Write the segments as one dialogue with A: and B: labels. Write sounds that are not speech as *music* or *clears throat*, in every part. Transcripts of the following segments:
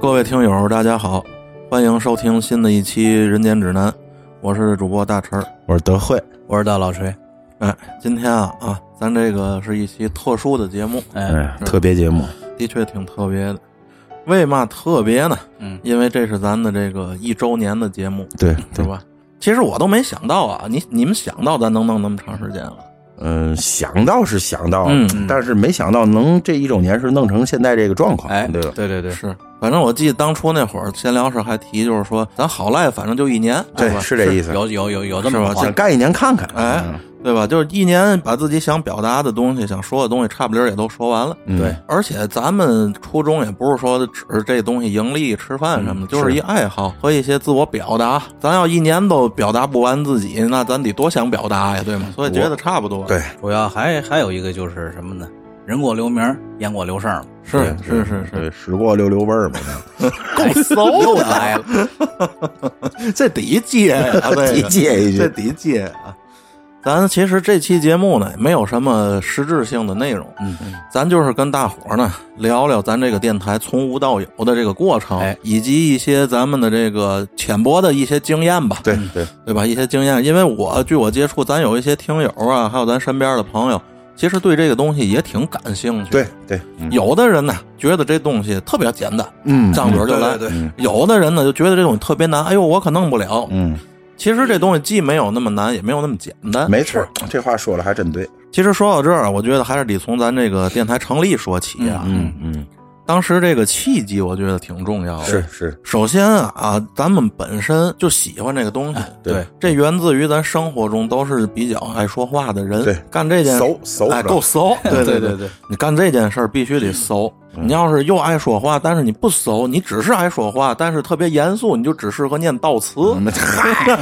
A: 各位听友，大家好，欢迎收听新的一期《人间指南》，我是主播大陈儿。
B: 我是德惠，
C: 我是大老锤，
A: 哎，今天啊啊，咱这个是一期特殊的节目，
C: 哎，
B: 哎，特别节目，
A: 的确挺特别的。为嘛特别呢？
C: 嗯，
A: 因为这是咱的这个一周年的节目，
B: 对
A: 是
B: 对，
A: 吧？其实我都没想到啊，你你们想到咱能弄那么长时间了，
B: 嗯，想到是想到
A: 嗯嗯，
B: 但是没想到能这一周年是弄成现在这个状况，
C: 哎，
B: 对吧？
C: 对对对，
A: 是。反正我记得当初那会儿闲聊时候还提，就是说咱好赖，反正就一年，
B: 对，
A: 吧？
B: 哎是这意思，
C: 有有有有这
A: 是
C: 么
A: 吧
C: 话
B: 想干一年看嗯看，
A: 哎，对吧？就是一年把自己想表达的东西、想说的东西，差不离儿也都说完了。
B: 嗯，对，
A: 而且咱们初衷也不是说只是这东西盈利、吃饭
C: 嗯
A: 什么的，就是一爱好和一些自我表达。咱要一年都表达不完自己，那咱得多想表达呀，对吗？所以觉得差不多。
B: 对，
C: 主要还还有一个就是什么呢？人过留名，雁过留声嘛，
A: 是是是是，
B: 对，时过六六味儿嘛，
A: 够
C: 又
A: 骚的
C: 来了，
A: *laughs* 这得借
C: *laughs*
A: 呀，这
B: 得 *laughs* 借一句
A: 这得借啊。咱其实这期节目呢，没有什么实质性的内容，
C: 嗯，
A: 咱就是跟大伙儿呢聊聊咱这个电台从无到有的这个过程，
C: 哎
A: 以及一些咱们的这个浅薄的一些经验吧，
B: 对对，
A: 对吧？一些经验，因为我据我接触，咱有一些听友啊，还有咱身边的朋友，其实对这个东西也挺感兴趣。
B: 对，对，嗯
A: 有的人呢觉得这东西特别简单，
B: 嗯，
A: 张嘴儿就来；
C: 对对
A: 有的人呢就觉得这东西特别难，哎呦，我可弄不了。
B: 嗯，
A: 其实这东西既没有那么难，也没有那么简单。
B: 没错，这话说了还真对，
A: 其实说到这儿，我觉得还是得从咱这个电台成立说起啊。
B: 嗯嗯，
A: 当时这个契机，我觉得挺重要的。
B: 是，是，
A: 首先啊，咱们本身就喜欢这个东西，
B: 哎对，
A: 这源自于咱生活中都是比较爱说话的人，
B: 对
A: 干这件
B: 搜搜
A: 哎，
B: 着
A: 够
B: *laughs*
A: 搜，对
C: 对
A: 对
C: 对对，
A: 你干这件事儿必须得搜。
B: 嗯
A: 你要是又爱说话，但是你不搜，你只是爱说话，但是特别严肃，你就只适合念悼词，
B: 嗯嗨，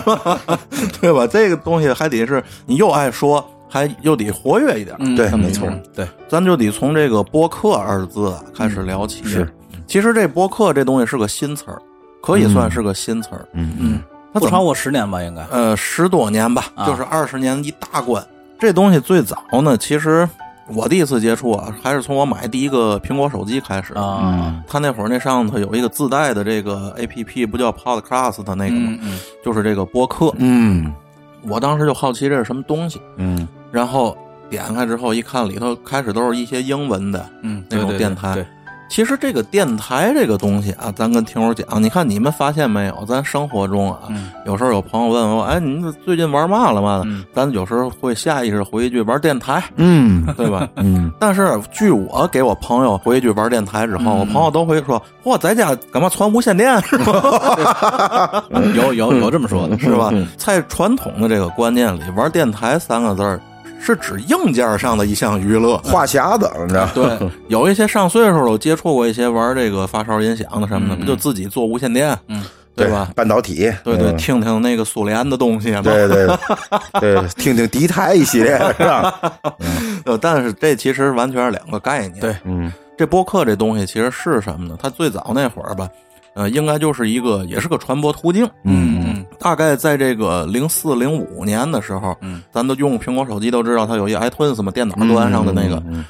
A: *laughs* 对吧？这个东西还得是你又爱说，还又得活跃一点，
C: 嗯
B: *laughs* 对
C: 这么
B: 没错
C: 一种对，
A: 咱就得从这个播客二字开
C: 嗯
A: 始聊起。
B: 是，
A: 其实这播客这东西是个新词儿，可以算是个新词儿。
B: 嗯嗯，
A: 它怎
C: 不
A: 么
C: 超过十年吧，应该，
A: 呃十多年吧，
C: 啊
A: 就是二十年一大关。这东西最早呢，其实我第一次接触啊，还是从我买第一个苹果手机开始。
C: 啊，
A: 他那会儿那上头有一个自带的这个 A P P，不叫 Podcast 的那个吗？
C: 嗯嗯，
A: 就是这个播客。
B: 嗯
A: 我当时就好奇这是什么东西，
B: 嗯，
A: 然后点开之后一看，里头开始都是一些英文的，
C: 嗯，
A: 那种
C: 对对
A: 电台
C: 对，对
A: 其实这个电台这个东西啊，咱跟听友讲，你看你们发现没有？咱生活中啊，
C: 嗯
A: 有时候有朋友问我，哎，你这最近玩嘛了嘛的？
C: 嗯
A: 咱有时候会下意识回一句玩电台，
B: 嗯？
A: 对吧 *laughs*
B: 嗯，
A: 但是据我给我朋友回一句玩电台之
C: 嗯
A: 后，我朋友都会说，嚯，在家干嘛传无线电是 *laughs*
C: 有有有这么说的，嗯
A: 吧？在传统的这个观念里，玩电台三个字儿是指硬件上的一项娱乐。
B: 话匣子，你
A: *laughs*
B: 知道，
A: 对，有一些上岁数了，我接触过一些玩这个发烧音响的什么的，不就自己做无线电，
C: 嗯，
A: 对吧？？
B: 半导体，
A: 对对，
B: 嗯
A: 听听那个苏联的东西嘛。
B: *laughs* 对对对，听听敌台
A: *laughs*
B: 一系列是吧？
A: 呃，但是这其实完全是两个概念。
C: 对，
B: 嗯
A: 这播客这东西其实是什么呢？它最早那会儿吧，呃，应该就是一个也是个传播途径。
B: 嗯
C: 嗯
A: 大概在这个零四零五年的时候，
C: 嗯，
A: 咱都用苹果手机都知道，它有一 iTunes 嘛，电脑端上的那个，
B: 嗯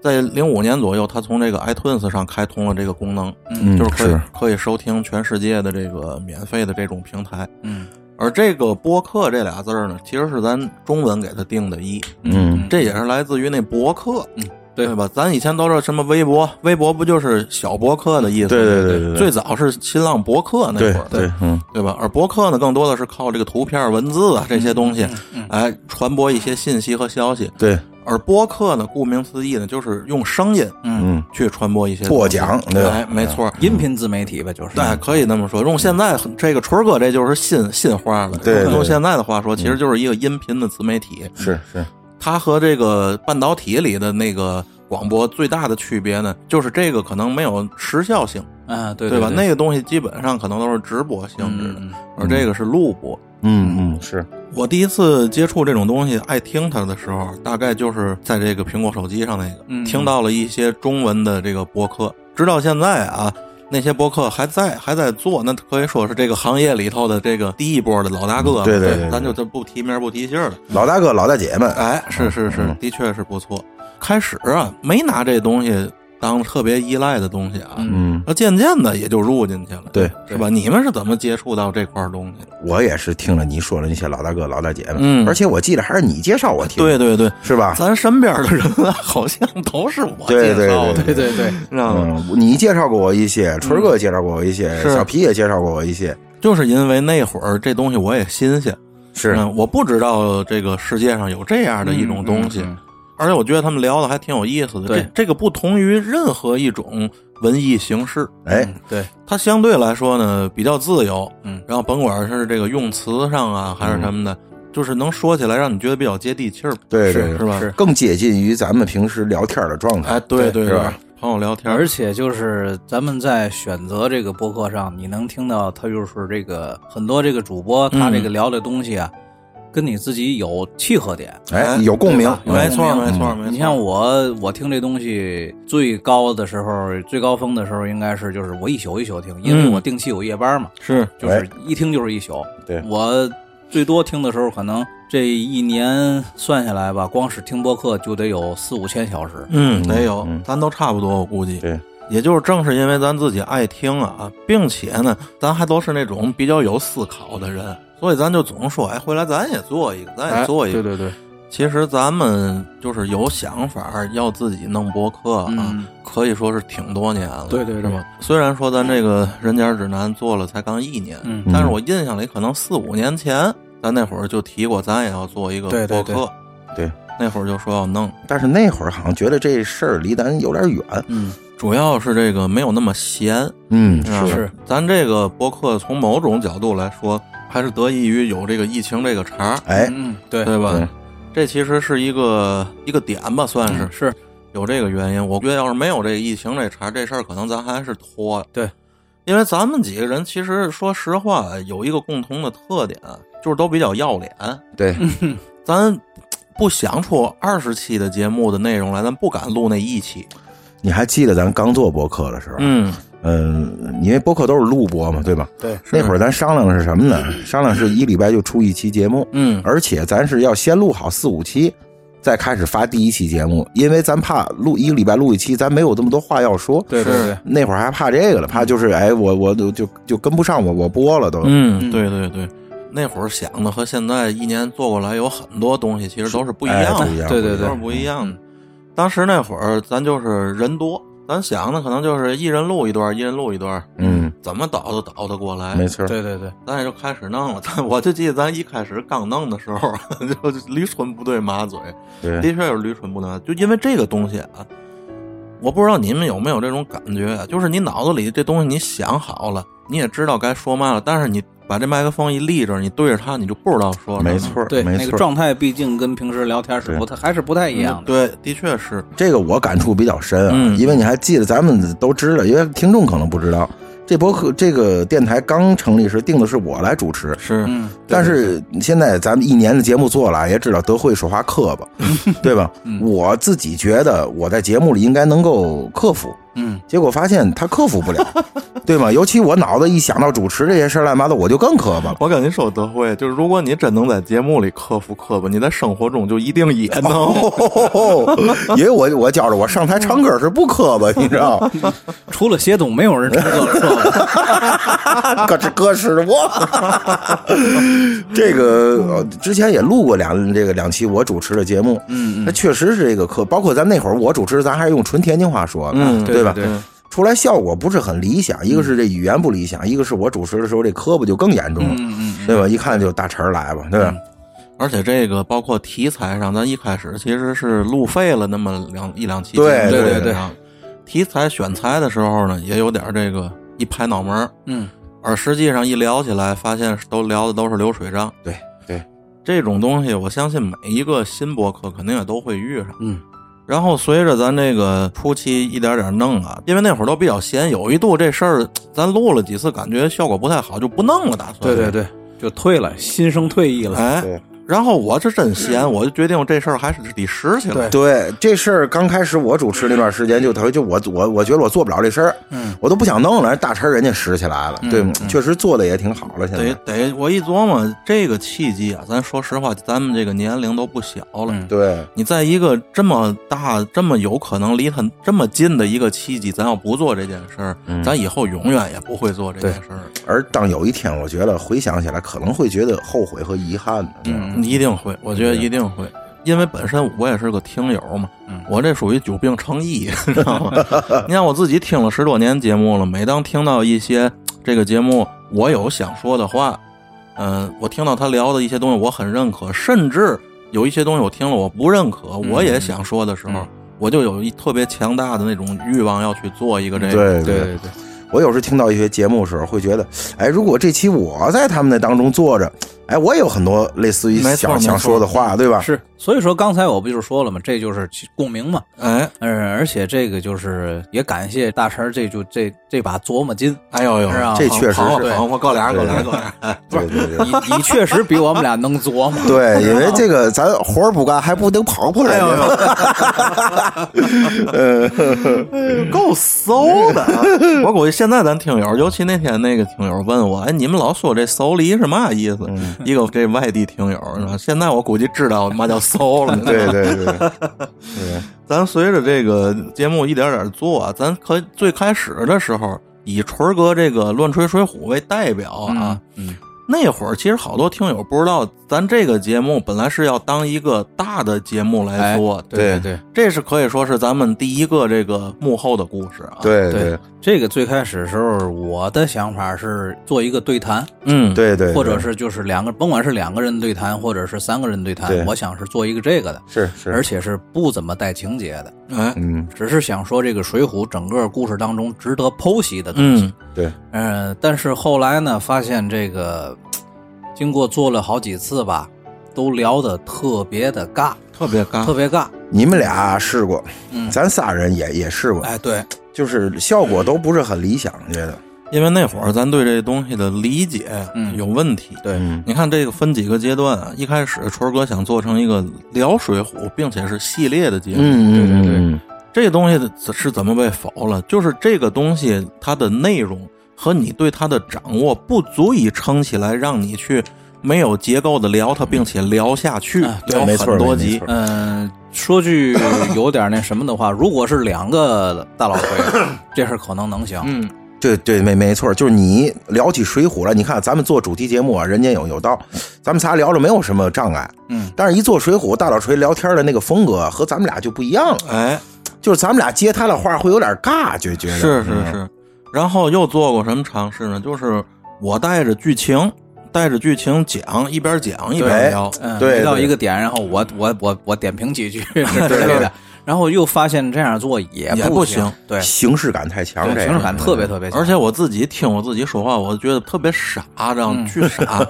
A: 在零五年左右，它从这个 iTunes 上开通了这个功能，
B: 嗯
A: 就是可以
B: 是
A: 可以收听全世界的这个免费的这种平台。
C: 嗯
A: 而这个播客这俩字儿呢，其实是咱中文给它定的义，
B: 嗯
A: 这也是来自于那博客，嗯，
C: 对
A: 吧？咱以前都知道什么微博，微博不就是小博客的意思吗？
B: 对对对对对
A: 最早是新浪博客那
B: 对
A: 会儿，
B: 对嗯
A: 对吧？而博客呢，更多的是靠这个图片、文字啊这些东
B: 嗯
A: 西，来传播一些信息和消息。
B: 对
A: 而播客呢，顾名思义呢，就是用声音，
B: 嗯，
A: 去传播一些
B: 获
A: 东西
B: 奖对吧嗯
A: 哎，没错。
C: 音频自媒体吧，就是，
A: 对，可以那么说。用现在很这个春儿哥，这就是新新花了。
B: 对对对嗯
A: 用现在的话说，其实就是一个音频的自媒体。
B: 是是
A: 它和这个半导体里的那个广播最大的区别呢，就是这个可能没有时效性，
C: 啊，对
A: 对
C: 对
A: 吧？那个东西基本上可能都是直播性质的，
C: 嗯
A: 而这个是录播。
B: 嗯嗯是
A: 我第一次接触这种东西，爱听它的时候，大概就是在这个苹果手机上那个，
C: 嗯
A: 听到了一些中文的这个播客，直到现在啊。那些播客还在还在做，那可以说是这个行业里头的这个第一波的老大哥了。
B: 嗯对对对对
A: 咱就就不提名儿不提姓儿了。
B: 老大哥老大姐们，
A: 哎，是是是
B: 嗯，
A: 的确是不错。开始啊，没拿这东西当特别依赖的东西啊。
B: 嗯，
A: 那渐渐的也就入进去了，
B: 对，
A: 是吧？你们是怎么接触到这块东西的？
B: 我也是听了你说了那些老大哥老大姐们，
A: 嗯
B: 而且我记得还是你介绍我听，，
A: 对对对，
B: 是吧？
A: 咱身边的人啊 *laughs* 好像都是我
B: 对
A: 介绍的，
C: 对对对，
A: 知道吗？
B: 嗯，你介绍过我一些，春儿哥介绍过我一些，
A: 嗯是
B: 小皮也介绍过我一些，
A: 就是因为那会儿这东西我也新鲜，
B: 是，
A: 嗯，我不知道这个世界上有这样的一种东西，
C: 嗯嗯嗯
A: 而且我觉得他们聊的还挺有意思的。
C: 对
A: 这这个不同于任何一种文艺形式，
B: 哎，
C: 嗯对，
A: 它相对来说呢比较自由，
C: 嗯
A: 然后甭管是这个用词上啊还
B: 嗯
A: 是什么的，就是能说起来让你觉得比较接地气儿，
B: 对对
A: 是
B: 对
A: 是吧？
C: 是
B: 更接近于咱们平时聊天的状态。
A: 哎，对对
B: 是
A: 对
B: 吧，
A: 朋友聊天儿
C: 而且就是咱们在选择这个播客上，你能听到他就是这个很多这个主播他这个聊的东西啊，跟你自己有契合点。
B: 哎，有共鸣，
C: 对
A: 没
C: 吧
A: 错
C: 嗯
A: 没错没错。
C: 你像我，我听这东西最高的时候，最高峰的时候应该是就是我一宿一宿听，因为
A: 嗯
C: 我定期有夜班嘛，
A: 是
C: 就是一听就是一宿。
B: 对
C: 我最多听的时候，可能这一年算下来吧，光是听播客就得有四五千小时。
A: 嗯，得有
B: 嗯，
A: 咱都差不多，我估计。
B: 对，
A: 也就是正是因为咱自己爱听啊，并且呢，咱还都是那种比较有思考的人，所以咱就总说，哎，回来咱也做一个，咱也做一个。
C: 哎对对，
A: 其实咱们就是有想法，要自己弄博客啊，
C: 嗯
A: 可以说是挺多年了。
C: 对对对
A: 是吧？虽然说咱这个人间指南做了才刚一年，
C: 嗯
A: 但是我印象里可能四五年前，咱那会儿就提过，咱也要做一个
C: 对
A: 博
C: 对
A: 客。
B: 对，
A: 那会儿就说要弄。
B: 但是那会儿好像觉得这事儿离咱有点远。
C: 嗯，
A: 主要是这个没有那么闲，
B: 嗯
A: 知道吧
C: 是
A: 咱这个播客从某种角度来说，还是得益于有这个疫情这个茬儿，
B: 哎，
C: 嗯，对，
A: 对吧？
B: 对
A: 这其实是一个一个点吧，算是、
C: 嗯是
A: 有这个原因。我觉得要是没有这疫情这茬儿，这事儿可能咱还是拖。
C: 对，
A: 因为咱们几个人其实说实话有一个共同的特点，就是都比较要脸。
B: 对，
A: 咱嘖不想出二十期的节目的内容来，咱不敢录那一期。
B: 你还记得咱刚做博客的时候？
A: 嗯，
B: 嗯，因为博客都是录播嘛，对吧？
C: 对，
B: 那会儿咱商量是什么呢？商量是一礼拜就出一期节目，
A: 嗯
B: 而且咱是要先录好四五期，再开始发第一期节目，因为咱怕录一个礼拜录一期，咱没有这么多话要说。
C: 对对
A: 是
C: 对，
B: 那会儿还怕这个了，怕就是哎，我我就就就跟不上我我播了都。
A: 嗯，
C: 嗯
A: 对对对，那会儿想的和现在一年做过来有很多东西，其实都是不一
B: 哎
A: 样的，
B: 不一样嗯
C: 对对对
A: 都是不一样的。当时那会儿咱就是人多，咱想的可能就是一人录一段，一人录一段，
B: 嗯，
A: 怎么倒都倒得过来。
B: 没错儿，
C: 对对对，
A: 咱也就开始弄了。 *laughs* 咱我就记得咱一开始刚弄的时候， *laughs* 就驴唇不对马嘴，
B: 对
A: 的确是驴唇不对马嘴。就因为这个东西啊，我不知道你们有没有这种感觉啊，就是你脑子里这东西你想好了，你也知道该说嘛了，但是你把这麦克风一立着，你对着它，你就不知道说什么
B: 没。错儿，
C: 对，
B: 没
C: 那
B: 错
C: 个
B: 儿。
C: 状态毕竟跟平时聊天是不太，还是不太一样的。
A: 对，的确是，
B: 这个我感触比较深啊，
A: 嗯
B: 因为你还记得，咱们都知道，因为听众可能不知道，这博客这个电台刚成立时定的是我来主持，
A: 是，
C: 嗯，
B: 但是现在咱们一年的节目做了，也知道德惠说话磕巴，对吧？我自己觉得我在节目里应该能够克服，
C: 嗯，
B: 结果发现他克服不了， *laughs* 对吗？尤其我脑子一想到主持这些事儿乱七八糟，我就更磕巴了。 *laughs*
A: 我跟您说，德惠，就是如果你真能在节目里克服磕巴，你在生活中就一定也能。
B: 因为我我觉着我上台唱歌是不磕巴，你知道吗，
C: 除了协总，没有人成功
B: *laughs*
C: 了。
B: 咯吱咯吱的我。 *laughs* 这个呃之前也录过两这个两期我主持的节目，
C: 嗯
B: 那
C: 嗯，
B: 确实是这个课，包括咱那会儿我主持，咱还是用纯天津话说的，
A: 嗯
B: 对吧？
C: *laughs* 对嗯对
B: 出来效果不是很理想，一个是这语言不理想，一个是我主持的时候这磕巴就更严重了，
C: 嗯嗯
B: 对吧？一看就大陈儿来吧，对吧？
A: *laughs* 而且这个包括题材上，咱一开始其实是路费了那么两一两期节目，
B: 对
C: 对
A: 基
C: 对
A: 本上。啊题材选材的时候呢，也有点这个一拍脑门儿，
C: 嗯，
A: 而实际上一聊起来，发现都聊的都是流水账。
B: 对对，
A: 这种东西，我相信每一个新博客肯定也都会遇上。
C: 嗯，
A: 然后随着咱这个初期一点点弄啊，因为那会儿都比较闲，有一度这事儿咱录了几次，感觉效果不太好，就不弄了，打算。
C: 对对对，就退了，心生退意了。
A: 哎
B: 对，
A: 然后我是真闲，我就决定这事儿还是得拾起来。
B: 对这事儿，刚开始我主持那段时间，就头就我我我觉得我做不了这事儿，嗯，我都不想弄了。大陈人家拾起来了，
C: 嗯
B: 对，确实做的也挺好了。现
A: 得
B: 在
A: 得，我一琢磨这个契机啊，咱说实话，咱们这个年龄都不小了。
C: 嗯
B: 对，
A: 你在一个这么大、这么有可能离他这么近的一个契机，咱要不做这件事儿，咱以后永远也不会做这件事儿。
B: 而当有一天我觉得回想起来，可能会觉得后悔和遗憾的。嗯，
A: 嗯，一定会，我觉得一定会，因为本身我也是个听友嘛，
C: 嗯
A: 我这属于久病成医， *laughs* 知道吗？你看我自己听了十多年节目了，每当听到一些这个节目我有想说的话，嗯、我听到他聊的一些东西我很认可，甚至有一些东西我听了我不认可，我
C: 嗯
A: 也想说的时候，我就有一特别强大的那种欲望要去做一个这个。
B: 对
C: 对对对，
B: 我有时听到一些节目的时候，会觉得，哎，如果这期我在他们那当中坐着，哎，我也有很多类似于
A: 没错
B: 想
A: 没错
B: 想说的话，对吧？
C: 是，所以说刚才我不就是说了嘛，这就是其共鸣嘛。
A: 哎，
C: 嗯，而且这个就是也感谢大神儿这就这这把琢磨筋，
A: 哎呦呦
C: 是，啊
B: 这确实是
A: 捧我捧我够俩够俩够俩，哎
B: 对对对。。
C: 你 *laughs* 你确实比我们俩能琢磨
B: 对，因为这个咱活儿不干，还不能跑跑
C: 哎
B: 人家。
A: 够馊的！啊我估计现在咱听友，尤其那天那个听友问我，哎，你们老说这馊梨是嘛意思？一个这外地听友，然后现在我估计知道嘛叫馊了。
B: 对对对对，
A: 咱随着这个节目一点点做啊，咱可最开始的时候以纯儿哥这个乱吹水浒为代表啊，
C: 嗯
A: 那会儿其实好多听友不知道，咱这个节目本来是要当一个大的节目来做，
C: 对对，
A: 这是可以说是咱们第一个这个幕后的故事啊。，
B: 对
C: 对这个最开始的时候，我的想法是做一个对谈，
A: 嗯，
B: 对对，
C: 或者是就是两个，甭管是两个人对谈，或者是三个人对谈
B: 对，
C: 我想是做一个这个的，
B: 是是，
C: 而且是不怎么带情节的，
A: 哎，
B: 嗯，
C: 只是想说这个《水浒》整个故事当中值得剖析的东西。
A: 嗯
B: 对，
C: 嗯，但是后来呢，发现这个经过做了好几次吧，都聊得特别的尬，
A: 特别
B: 啊
A: 尬，
C: 特别尬。
B: 你们俩试过，咱仨人也也试过，
C: 嗯哎，对，
B: 就是效果都不是很理想，觉得。
A: 因为那会儿咱对这东西的理解
C: 嗯
A: 有问题。
C: 对
B: 嗯
A: 你看这个分几个阶段啊，一开始春儿哥想做成一个聊水浒，并且是系列的节目。
B: 嗯嗯
A: 这个东西是怎么被否了？就是这个东西它的内容和你对它的掌握不足以撑起来，让你去没有结构的聊它，并且聊下去，
C: 啊
B: 对
A: 聊
B: 没错
A: 很多
B: 没
A: 集
B: 错。
C: 嗯，说句有点那什么的话，如果是两个大老
A: *laughs*
C: 黑，这事儿可能能行。
A: 嗯，
B: 嗯，对对，没没错，就是你聊起《水浒》来，你看咱们做主题节目啊，人间有有道，咱们仨聊着没有什么障碍，
C: 嗯，
B: 但是一做《水浒》，大老锤聊天的那个风格和咱们俩就不一样了，
A: 哎，
B: 就是咱们俩接他的话会有点尬，就觉得嗯
A: 是是是，然后又做过什么尝试呢？就是我带着剧情，带着剧情讲，一边讲一边
B: 对哎
A: 聊。
C: 嗯，
B: 对
C: 遇到
B: 对
C: 一个点，然后我我我我点评 *laughs* 几句之类的，然后又发现这样做也
A: 也不
C: 不
A: 行，
C: 对，
B: 形式感太强，
C: 对
B: 这个
C: 形式感特别特别强，
A: 而且我自己听我自己说话，我觉得特别傻，这
B: 嗯
A: 样巨傻。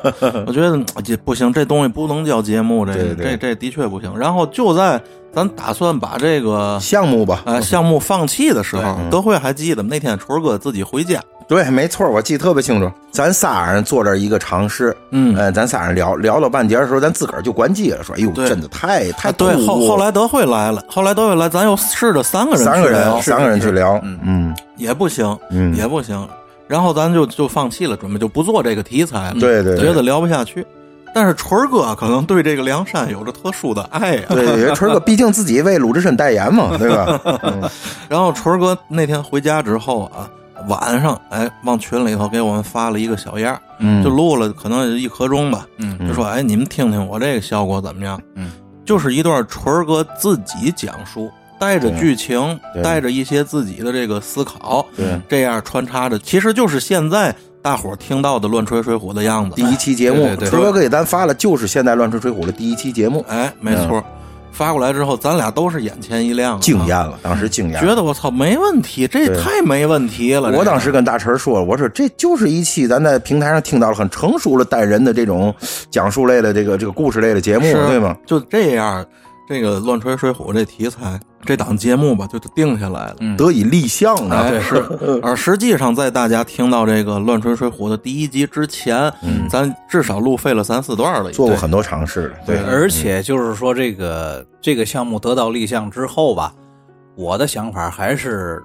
A: 我觉得嗯这不行，这东西不能叫节目，这
B: 对对
A: 这这的确不行。然后就在咱打算把这个
B: 嗯项目吧，
A: 呃项目放弃的时候，
B: 嗯
A: 德惠还记得吗那天春儿哥自己回家，
B: 对，没错，我记得特别清楚。咱仨人坐这儿一个尝试，
A: 嗯
B: 呃，咱仨人聊聊到半截儿的时候，咱自个儿就关机了，说：“哎呦，
A: 对
B: 真的太太
A: 啊对
B: 突兀
A: 后
B: 了
A: 后来德惠来了，后来德惠来，咱又试着三个人
B: 三
A: 去
B: 个
A: 聊
B: 人三个人去聊，
A: 嗯
B: 嗯，
A: 也不行，
B: 嗯
A: 也不行。然后咱就就放弃了，准备就不做这个题材了，
B: 对对对
A: 觉得聊不下去。但是纯儿哥可能对这个梁山有着特殊的爱啊 *laughs* 呀、
B: 对，因为春儿哥毕竟自己为鲁智深代言嘛，对
A: *laughs*
B: 吧？嗯
A: 然后纯儿哥那天回家之后啊，晚上哎往群里头给我们发了一个小样儿，
B: 嗯
A: 就录了可能也就一刻钟吧，
C: 嗯
A: 就说哎你们听听我这个效果怎么样？
C: 嗯，
A: 就是一段纯儿哥自己讲述。带着剧情，
B: 对
A: 带着一些自己的这个思考，
B: 对
A: 这样穿插着，其实就是现在大伙儿听到的《乱吹水浒》的样子。
B: 第一期节目
C: 对，对对
B: 春儿哥给咱发了，就是现在《乱吹水浒》的第一期节目，
A: 哎，没
B: 嗯
A: 错，发过来之后，咱俩都是眼前一亮啊，
B: 惊艳了，当时惊艳
A: 觉
B: 了。
A: 得我操没问题，这
B: 对
A: 太没问题了。
B: 我
A: 这
B: 当时跟大陈说，我说这就是一期咱在平台上听到了很成熟了带人的这种讲述类的这个这个故事类的节目，
A: 是嗯
B: 对吗？
A: 就这样，这个乱吹水浒这题材这档节目吧，就定下来了。
B: 得以立项呢。
A: 哎，是。
B: 嗯
A: 而实际上，在大家听到这个《乱锤水浒》的第一集之前，咱至少路费了三四段了已经，
B: 嗯做过很多尝试了，对，
C: 而且就是说，这个这个项目得到立项之后吧，我的想法还是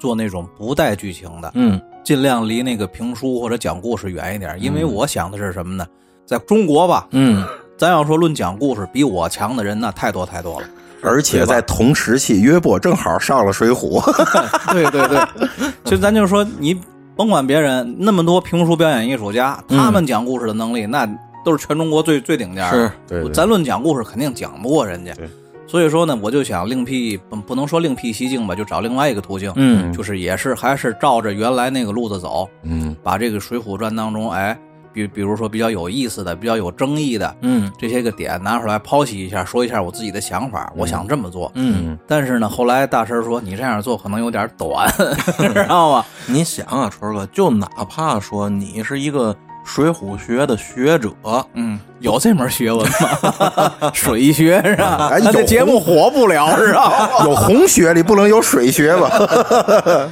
C: 做那种不带剧情的，
A: 嗯，
C: 尽量离那个评书或者讲故事远一点。因为我想的是什么呢？在中国吧，
B: *laughs*
A: 嗯，
C: 咱要说论讲故事，比我强的人那太多太多了。
B: 而且在同时期，约伯正好上了《水浒》，
A: *laughs*
C: 对对对，就咱就说你甭管别人，那么多评书表演艺术家，
A: 嗯
C: 他们讲故事的能力、那都是全中国最最顶尖的。
A: 是
B: 对对
C: 咱论讲故事肯定讲不过人家
B: 对。
C: 所以说呢，我就想另辟不不能说另辟蹊径吧，就找另外一个途径，
A: 嗯
C: 就是也是还是照着原来那个路子走，
B: 嗯，
C: 把这个《水浒传》当中，哎，比比如说比较有意思的、比较有争议的
A: 嗯
C: 这些个点拿出来剖析一下，说一下我自己的想法，我想这么做。
A: 嗯，
C: 但是呢，后来大师说你这样做可能有点
A: *laughs*
C: 短，知道吗？
A: 你想啊，春儿哥，就哪怕说你是一个水浒学的学者，
C: 嗯，有这门学问
A: *laughs*
C: 吗？水学是吧？
B: 哎
C: 那这
B: 有
C: 节目火不了
A: *laughs*
C: 是吧？
B: 有红学里不能有水学吧？ *laughs*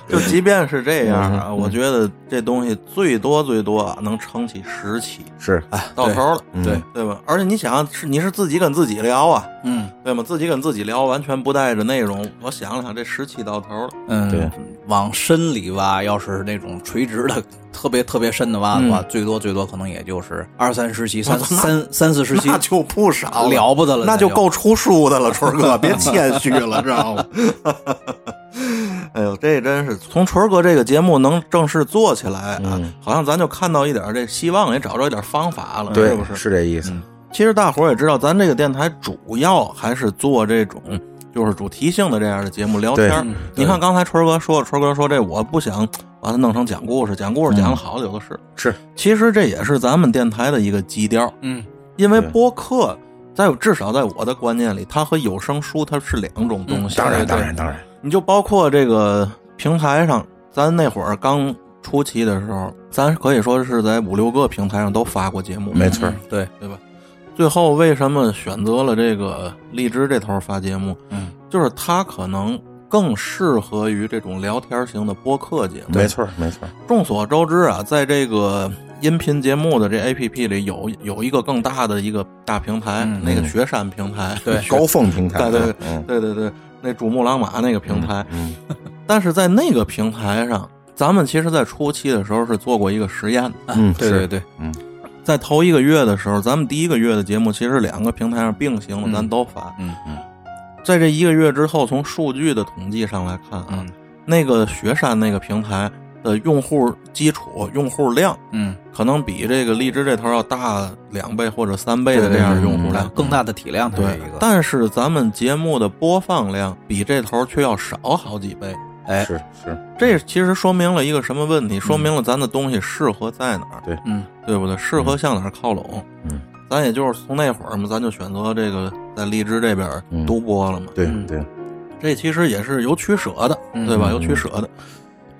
A: 就即便是这样
B: 嗯
A: 啊，我觉得这东西最多最多啊能撑起十期，
B: 是，
A: 哎，到头了，
B: 嗯
A: 对对吧？而且你想，是你是自己跟自己聊啊，
C: 嗯
A: 对吗？自己跟自己聊，完全不带着内容。我想了想，这十期到头了，
C: 嗯，
B: 对，
C: 往深里挖，要是那种垂直的、特别特别深的挖的
A: 嗯
C: 话，最多最多可能也就是二三十期、三三三四十期，
A: 那就不少
C: 了不得了，
A: 那
C: 就
A: 就够出书的了，春儿哥，别谦虚了，知道 *laughs* 吗？哎呦，这真是从春儿哥这个节目能正式做起来啊，
B: 嗯
A: 好像咱就看到一点儿这希望，也找着一点儿方法了，是
B: 对
A: 不，是？嗯
B: 是这意思。
A: 其实大伙儿也知道，咱这个电台主要还是做这种就是主题性的这样的节目聊天儿你
B: 对。
A: 看刚才春儿哥说，春儿哥说这我不想把它弄成讲故事，讲故
B: 嗯
A: 事讲的好的有的是。
B: 是，
A: 其实这也是咱们电台的一个基调，
C: 嗯
A: 因为
B: 对
A: 播客在至少在我的观念里，它和有声书它是两种东西。
B: 嗯当然，
A: 对
B: 当然，，当然，
A: 你就包括这个平台上，咱那会儿刚初期的时候，咱可以说是在五六个平台上都发过节目，嗯
B: 没错儿。
C: 对，
A: 对吧？最后为什么选择了这个荔枝这头发节目？
C: 嗯，
A: 就是它可能更适合于这种聊天型的播客节目。
B: 没错儿，没错儿，
A: 众所周知啊，在这个音频节目的这 APP 里有有一个更大的一个大平台，
C: 嗯
A: 那个雪山平台， *laughs*
C: 对
A: 雪
B: 高峰平台，
A: 对对
B: 嗯
A: 对对对，那珠穆朗玛那个平台。
B: 嗯，
A: *laughs* 但是在那个平台上，咱们其实在初期的时候是做过一个实验的。
B: 嗯
C: 对
B: 是
C: 对嗯对，
A: 在头一个月的时候，咱们第一个月的节目其实两个平台上并行了，
C: 嗯
A: 咱都发。
C: 嗯嗯
A: 在这一个月之后，从数据的统计上来看啊，
C: 嗯
A: 那个雪山那个平台的用户基础、用户量，
C: 嗯，
A: 可能比这个荔枝这头要大两倍或者三倍的这
C: 嗯
A: 样的用户量。
C: 更大的体量，它
A: 对
C: 是一，个，
A: 但是咱们节目的播放量比这头却要少好几倍，
C: 哎
B: 是是，
A: 这其实说明了一个什么问题？说明了咱的东西适合在哪儿，
C: 嗯
A: 对不对？适合向哪儿靠拢？
B: 嗯，
A: 咱也就是从那会儿嘛，咱就选择这个在荔枝这边
B: 嗯
A: 独播了嘛。
B: 对
C: 嗯
B: 对，
A: 这其实也是有取舍的，
C: 嗯
A: 对吧？
B: 嗯
A: 有取舍的。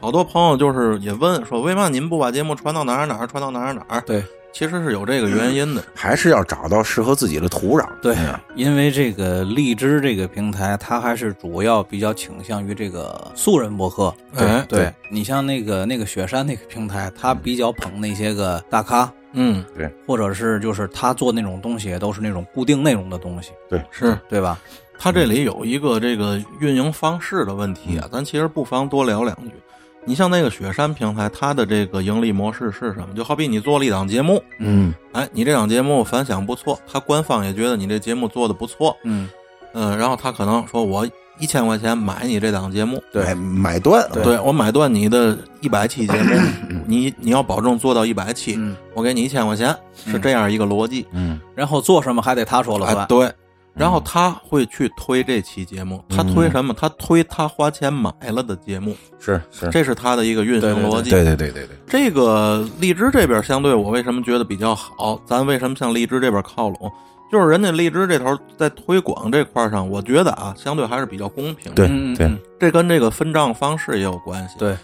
A: 好多朋友就是也问说，为嘛您不把节目传到哪儿哪儿，传到哪儿哪儿？
C: 对
A: 其实是有这个原因的。
B: 还是要找到适合自己的土壤。
C: 对
B: 嗯，
C: 因为这个荔枝这个平台，它还是主要比较倾向于这个素人博客。
A: 哎
C: 对
B: 对
C: 你像那个那个雪山那个平台，它比较捧那些个大咖，
A: 嗯，
C: 或者是就是他做那种东西也都是那种固定内容的东西，
A: 是
C: 对吧？
A: 它这里有一个这个运营方式的问题啊，咱其实不妨多聊两句。你像那个雪山平台，它的这个盈利模式是什么？就好比你做了一档节目，
B: 嗯，
A: 哎，你这档节目反响不错，它官方也觉得你这节目做的不错，
C: 嗯，
A: 嗯，然后他可能说我一千块钱买你这档节目，
B: 买买断，
A: 对，我买断你的一百期节目，你你要保证做到一百期，
C: 嗯
A: 我给你一千块钱，是这样一个逻辑。
B: 嗯，
C: 然后做什么还得他说了
A: 哎，
C: 算。
A: 对。然后他会去推这期节目，他
B: 嗯
A: 推什么？他推他花钱买了的节目，
B: 是是，
A: 这是他的一个运行逻辑。嗯
B: 对对对对对，
A: 这个荔枝这边相对我为什么觉得比较好？咱为什么向荔枝这边靠拢？就是人家荔枝这头在推广这块上，我觉得啊，相对还是比较公平的。
C: 嗯
B: 对
C: 嗯
B: 对
C: 嗯，
A: 这跟这个分账方式也有关系。
C: 对，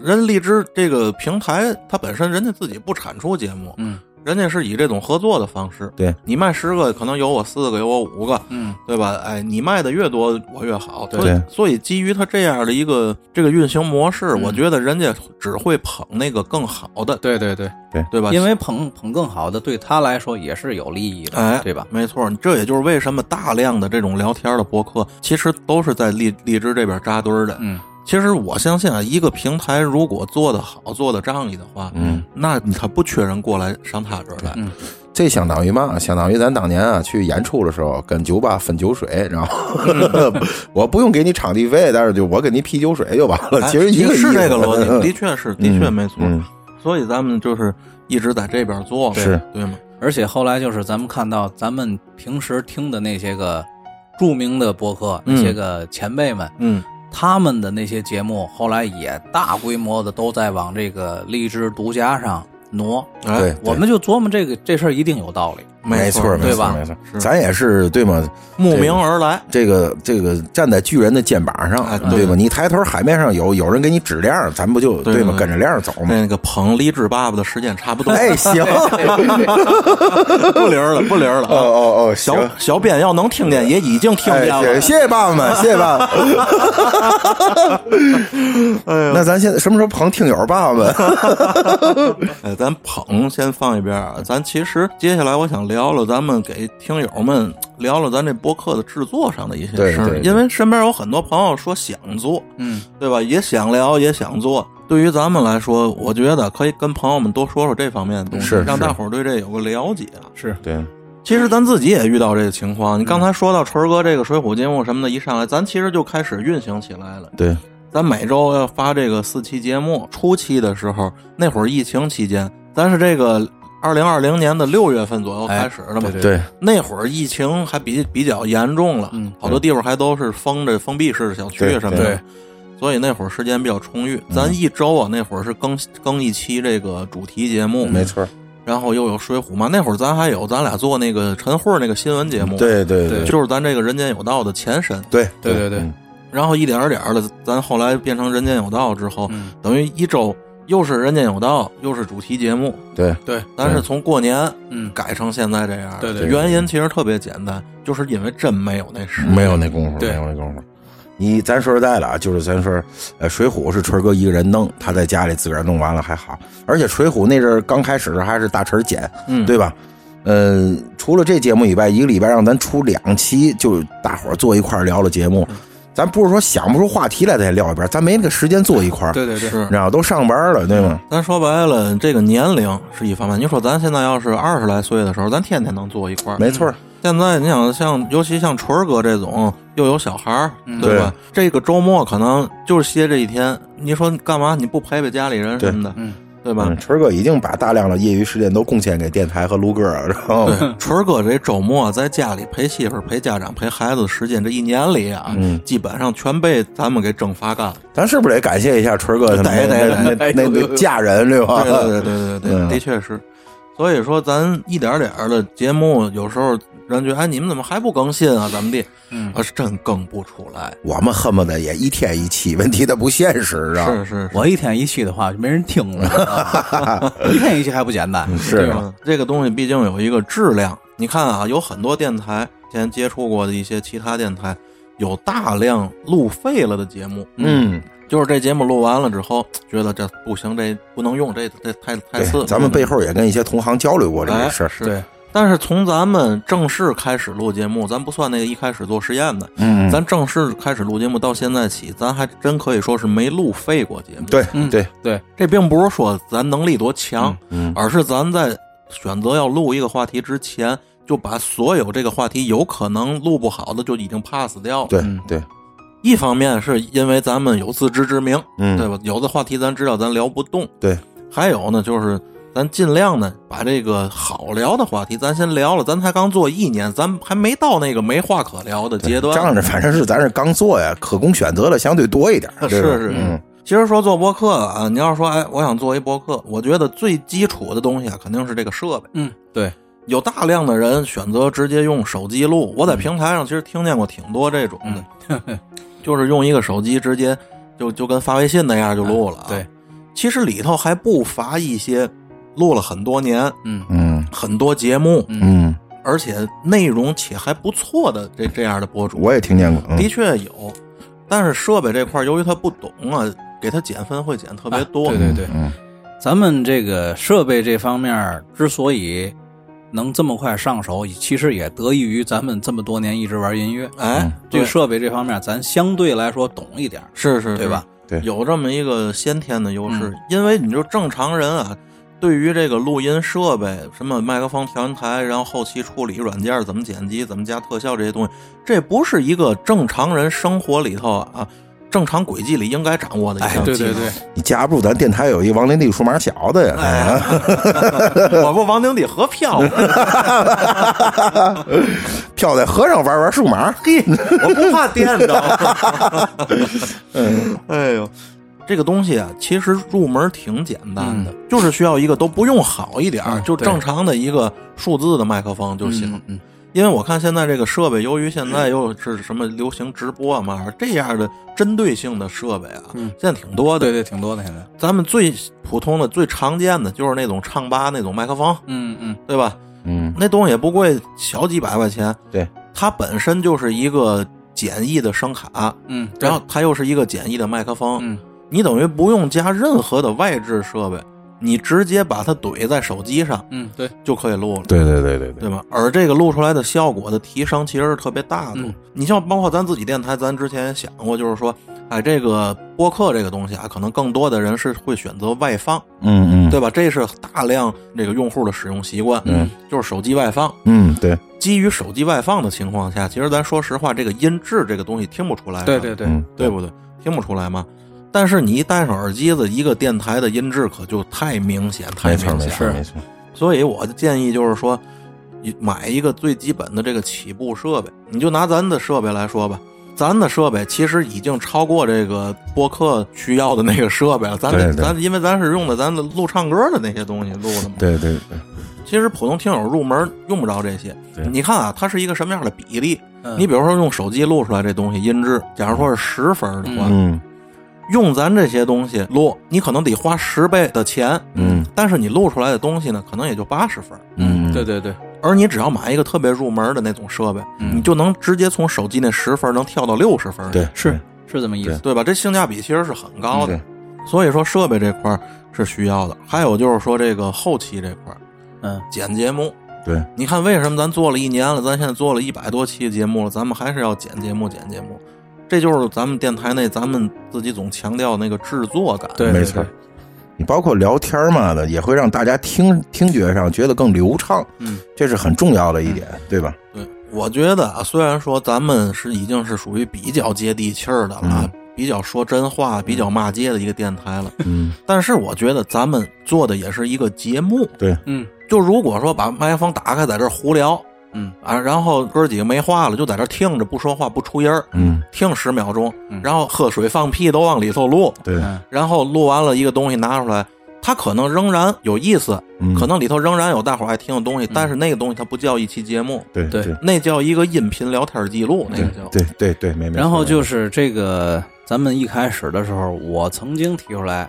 A: 人家荔枝这个平台，它本身人家自己不产出节目，
C: 嗯，
A: 人家是以这种合作的方式，
B: 对
A: 你卖十个，可能有我四个，有我五个，
C: 嗯，
A: 对吧？哎，你卖的越多，我越好。
B: 对
A: 所以，所以基于他这样的一个这个运行模式，
C: 嗯
A: 我觉得人家只会捧那个更好的，
C: 对对对，
A: 对吧？
C: 因为捧捧更好的对他来说也是有利益的，
A: 哎，
C: 对吧？
A: 没错，这也就是为什么大量的这种聊天的博客，其实都是在荔荔枝这边扎堆儿的。
C: 嗯，
A: 其实我相信啊，一个平台如果做得好、做得仗义的话，
B: 嗯，
A: 那他不缺人过来上他这儿来。
C: 嗯
B: 这相当于嘛？相当于咱当年啊去演出的时候，跟酒吧分酒水，
A: *laughs*
B: 然后我不用给你场地费，但是就我给你啤酒水就完了。
A: 哎
B: 其实一个意思
A: 是这个逻辑，的确是，的确
B: 嗯
A: 没错。
B: 嗯
A: 所以咱们就是一直在这边做嘛，
B: 是
A: 对吗？
C: 而且后来就是咱们看到咱们平时听的那些个著名的播客，
A: 嗯
C: 那些个前辈们，
A: 嗯，
C: 他们的那些节目后来也大规模的都在往这个荔枝独家上挪。
A: 哎
B: 对，
C: 我们就琢磨这个这事儿一定有道理，
B: 没
A: 错儿，
B: 没
C: 对
B: 错
C: 吧
B: 没错儿，
A: 是
B: 咱也是对吗？
A: 慕名而来，
B: 这个这个站在巨人的肩膀
A: 哎
B: 上，
A: 对
B: 啊对吧？你抬头海面上有有人给你指亮儿，咱不就
A: 对
B: 吗？
A: 对
B: 跟着亮儿走吗？
A: 那个捧励志爸爸的时间差不多，
B: 哎， *laughs* 行，
A: 不灵儿了，不灵儿了
B: 哦
A: 啊。
B: 哦哦，行。
A: 小小编要能听见，也已经听
B: 哎
A: 见，了
B: 谢。谢谢爸爸们，谢谢爸 *laughs* 爸。那咱现在什么时候捧听友爸爸们？
A: 哎，咱捧先放一边啊，咱其实接下来我想聊聊咱们给听友们聊聊咱这播客的制作上的一些
B: 对
A: 事儿，
B: 对对
A: 因为身边有很多朋友说想做，
C: 嗯，
A: 对吧？也想聊，也想做。对于咱们来说，我觉得可以跟朋友们多说说这方面的东西，
B: 是
A: 让
B: 是
A: 大伙儿对这有个了解啊。
C: 是
B: 对，
A: 其实咱自己也遇到这个情况。你刚才说到纯儿哥这个《水浒金庸》什么的，一上来咱其实就开始运行起来了。
B: 对，
A: 咱每周要发这个四期节目，初期的时候，那会儿疫情期间，咱是这个二零二零年的六月份左右
C: 哎
A: 开始的嘛。
C: 对
B: 对，
A: 那会儿疫情还比比较严重了，
C: 嗯
A: 好多地方还都是封着封闭式的小区
B: 对
A: 什么
C: 对嗯
A: 的，所以那会儿时间比较充裕。咱一周啊，那会儿是更更一期这个主题节目，
B: 没错儿，
A: 然后又有水浒嘛。那会儿咱还有咱俩做那个晨会儿那个新闻节目，，
B: 对对对
A: 就是咱这个《人间有道》的前身。
B: 对
C: 对对对
B: 嗯
A: 然后一点儿点儿的，咱后来变成《人间有道》之后，
C: 嗯
A: 等于一周又是《人间有道》，又是主题节目。
B: 对，
C: 对，
A: 但是从过年
C: 嗯
A: 改成现在这样，
C: 对对
A: 原因其实特别简单，就是因为真没有那时间
B: *laughs* 没有那功夫，
C: 对
B: 没有那功夫。你咱说实在的啊，就是咱说，呃，《水浒》是春儿哥一个人弄，他在家里自个儿弄完了还好，而且《水浒》那阵儿刚开始还是大陈儿剪，
A: 嗯
B: 对吧？呃，除了这节目以外，一个礼拜让咱出两期，就大伙儿坐一块儿聊了节目。咱不是说想不出话题来再聊一遍，咱没那个时间坐一块儿，
C: 对对对，
A: 是。
B: 然后都上班了，对吗？
A: 咱说白了，这个年龄是一方面。你说咱现在要是二十来岁的时候，咱天天能坐一块儿。
B: 没错儿，
A: 现在你想像，尤其像纯儿哥这种又有小孩儿，
C: 嗯
A: 对吧？这个周末可能就是歇这一天。你说你干嘛？你不陪陪家里人什么的，
C: 嗯，
A: 对吧？
B: 嗯春儿哥已经把大量的业余时间都贡献给电台和撸哥了，然后
A: 对，纯儿哥这周末在家里陪媳妇儿、陪家长、陪孩子的时间，这一年里啊，
B: 嗯
A: 基本上全被咱们给蒸发干了。
B: 咱是不是得感谢一下春儿哥他
A: 哎对
B: 们
A: 对
B: 那那那那那嫁人对吧？
A: 对对对对对对，
B: 啊嗯
A: 的确是。所以说，咱一点点儿的节目，有时候人觉得，哎，你们怎么还不更新啊？怎么地？
C: 嗯
A: 啊，是真更不出来。
B: 我们恨不得也一天一期，问题它不现实啊。
A: 是是
C: 我一天一期的话就没人听 *laughs* 了，一天一期还不简单，
B: 是啊
C: 对吧？
A: 嗯这个东西毕竟有一个质量。你看啊，有很多电台以前接触过的一些其他电台，有大量录废了的节目，
B: 嗯，
A: 就是这节目录完了之后，觉得这不行，这不能用，这这太太次
B: 对，
A: 了。
B: 咱们背后也跟一些同行交流过这
A: 哎
B: 个事儿。
A: 是，但是从咱们正式开始录节目，咱不算那个一开始做实验的，
B: 嗯，
A: 咱正式开始录节目到现在起，咱还真可以说是没录废过节目。，
B: 对
C: 嗯
B: 对，
C: 对，
A: 这并不是说咱能力多强，
B: 嗯
A: 而是咱在选择要录一个话题之前，就把所有这个话题有可能录不好的就已经 pass 掉了。
B: 对对，
A: 一方面是因为咱们有自知之明，
B: 嗯
A: 对吧？有的话题咱知道咱聊不动，
B: 对。
A: 还有呢，就是咱尽量呢把这个好聊的话题咱先聊了，咱才刚做一年，咱还没到那个没话可聊的阶段。
B: 仗着反正是咱是刚做呀，可供选择的相对多一点。
A: 是
B: 对吧
A: 是
B: 嗯，
A: 其实说做播客啊，你要是说哎，我想做一播客，我觉得最基础的东西啊，肯定是这个设备。
C: 嗯对，
A: 有大量的人选择直接用手机录，我在
C: 嗯
A: 平台上其实听见过挺多这种的， *laughs* 就是用一个手机直接就就跟发微信那样就录了、啊
C: 哎对，
A: 其实里头还不乏一些录了很多年，
C: 嗯
B: 嗯，
A: 很多节目，
B: 嗯，
A: 而且内容且还不错的这这样的博主，
B: 我也听见过，嗯
A: 的确有，但是设备这块儿由于他不懂啊，给他减分会减特别多。
C: 啊对对对，
B: 嗯
C: 咱们这个设备这方面儿之所以能这么快上手，其实也得益于咱们这么多年一直玩音乐。
A: 哎，
C: 对
A: 对
C: 设备这方面，咱相对来说懂一点儿，
A: 是是，嗯
C: 对吧？？
B: 对
A: 有这么一个先天的优势，因为你就正常人啊，对于这个录音设备，什么麦克风、调音台，然后后期处理软件怎么剪辑、怎么加特效这些东西，这不是一个正常人生活里头啊正常轨迹里应该掌握的一项
C: 哎
A: 技能。
B: 你架不住咱电台有一王林丽数码小的呀，哎
A: 对，我不王鼎得合票，啊
B: 飘在河上玩玩数码，
A: 嘿，我不怕电的。哎呦，这个东西啊，其实入门挺简单的，就是需要一个都不用好一点儿，
C: 嗯
A: 就
C: 对
A: 正常的一个数字的麦克风就行。
C: 嗯
A: 因为我看现在这个设备，由于现在又是什么流行直播嘛，这样的针对性的设备啊，
C: 嗯
A: 现在挺多的。
C: 对对，挺多的现在。
A: 咱们最普通的、最常见的就是那种唱吧那种麦克风，
C: 嗯嗯，
A: 对吧？
B: 嗯，
A: 那东西也不贵，小几百块钱。
B: 对，
A: 它本身就是一个简易的声卡，
C: 嗯，
A: 然后它又是一个简易的麦克风，
C: 嗯
A: 你等于不用加任何的外置设备，你直接把它怼在手机上
C: 嗯对，
A: 就可以录了。
B: 对对对对对，
A: 对吧？而这个录出来的效果的提升其实是特别大的。
C: 嗯
A: 你像包括咱自己电台，咱之前也想过，就是说，哎，这个播客这个东西啊，可能更多的人是会选择外放，
B: 嗯嗯
A: 对吧？这是大量这个用户的使用习惯，
B: 嗯，
A: 就是手机外放。
B: 嗯，对，
A: 基于手机外放的情况下，其实咱说实话，这个音质这个东西听不出来，啊
C: 对对，对，
B: 嗯
A: 对不对？听不出来吗？但是你一戴上耳机子，一个电台的音质可就太明显，太
B: 没
A: 明显
B: 错没
A: 了。
B: 错没错，
A: 所以我的建议就是说，你买一个最基本的这个起步设备。你就拿咱的设备来说吧，咱的设备其实已经超过这个播客需要的那个设备了。咱
B: 对对
A: 咱因为咱是用的咱的录唱歌的那些东西录的嘛。
B: 对对对，
A: 其实普通听友入门用不着这些
B: 对。
A: 你看啊，它是一个什么样的比例？
C: 嗯
A: 你比如说用手机录出来这东西音质，假如说是十分的话，
B: 嗯
A: 用咱这些东西录，你可能得花十倍的钱，
B: 嗯
A: 但是你录出来的东西呢，可能也就八十分。
B: 嗯，
C: 对对对，
A: 而你只要买一个特别入门的那种设备，
C: 嗯
A: 你就能直接从手机那十分能跳到六十分，
B: 对
C: 是是这么意
B: 对
C: 思。
A: 对吧？这性价比其实是很高的
B: 对，，
A: 所以说设备这块儿是需要的。还有就是说这个后期这块儿
C: 嗯
A: 剪节目，
B: 对，
A: 你看为什么咱做了一年了，咱现在做了一百多期节目了，咱们还是要剪节目剪节目，这就是咱们电台内咱们自己总强调那个制作感，
C: 对
B: 没
C: 对
B: 错
C: 对。
B: 你包括聊天嘛的，也会让大家听听觉上觉得更流畅，
C: 嗯，
B: 这是很重要的一点，对吧？
A: 对，我觉得啊，虽然说咱们是已经是属于比较接地气儿的了
C: 嗯
A: 啊，比较说真话、比较骂街的一个电台
C: *laughs*
A: 了，
B: 嗯，
A: 但是我觉得咱们做的也是一个节目。
B: 对，
C: 嗯
A: 就如果说把麦克风打开，在这儿胡聊
C: 嗯
A: 啊，然后哥几个没话了，就在这儿听着不说话不出音儿，
B: 嗯，
A: 听十秒钟
C: 嗯，
A: 然后喝水放屁都往里头录，
B: 对，
C: 嗯
A: 然后录完了一个东西拿出来。它可能仍然有意思，
B: 嗯
A: 可能里头仍然有大伙儿爱听的东西，
C: 嗯
A: 但是那个东西它不叫一期节目，
B: 对
C: 对
B: 对
A: 那叫一个音频聊天记录，那个叫。
B: 对对对，没没。
C: 然后就是是这个，咱们一开始的时候，我曾经提出来，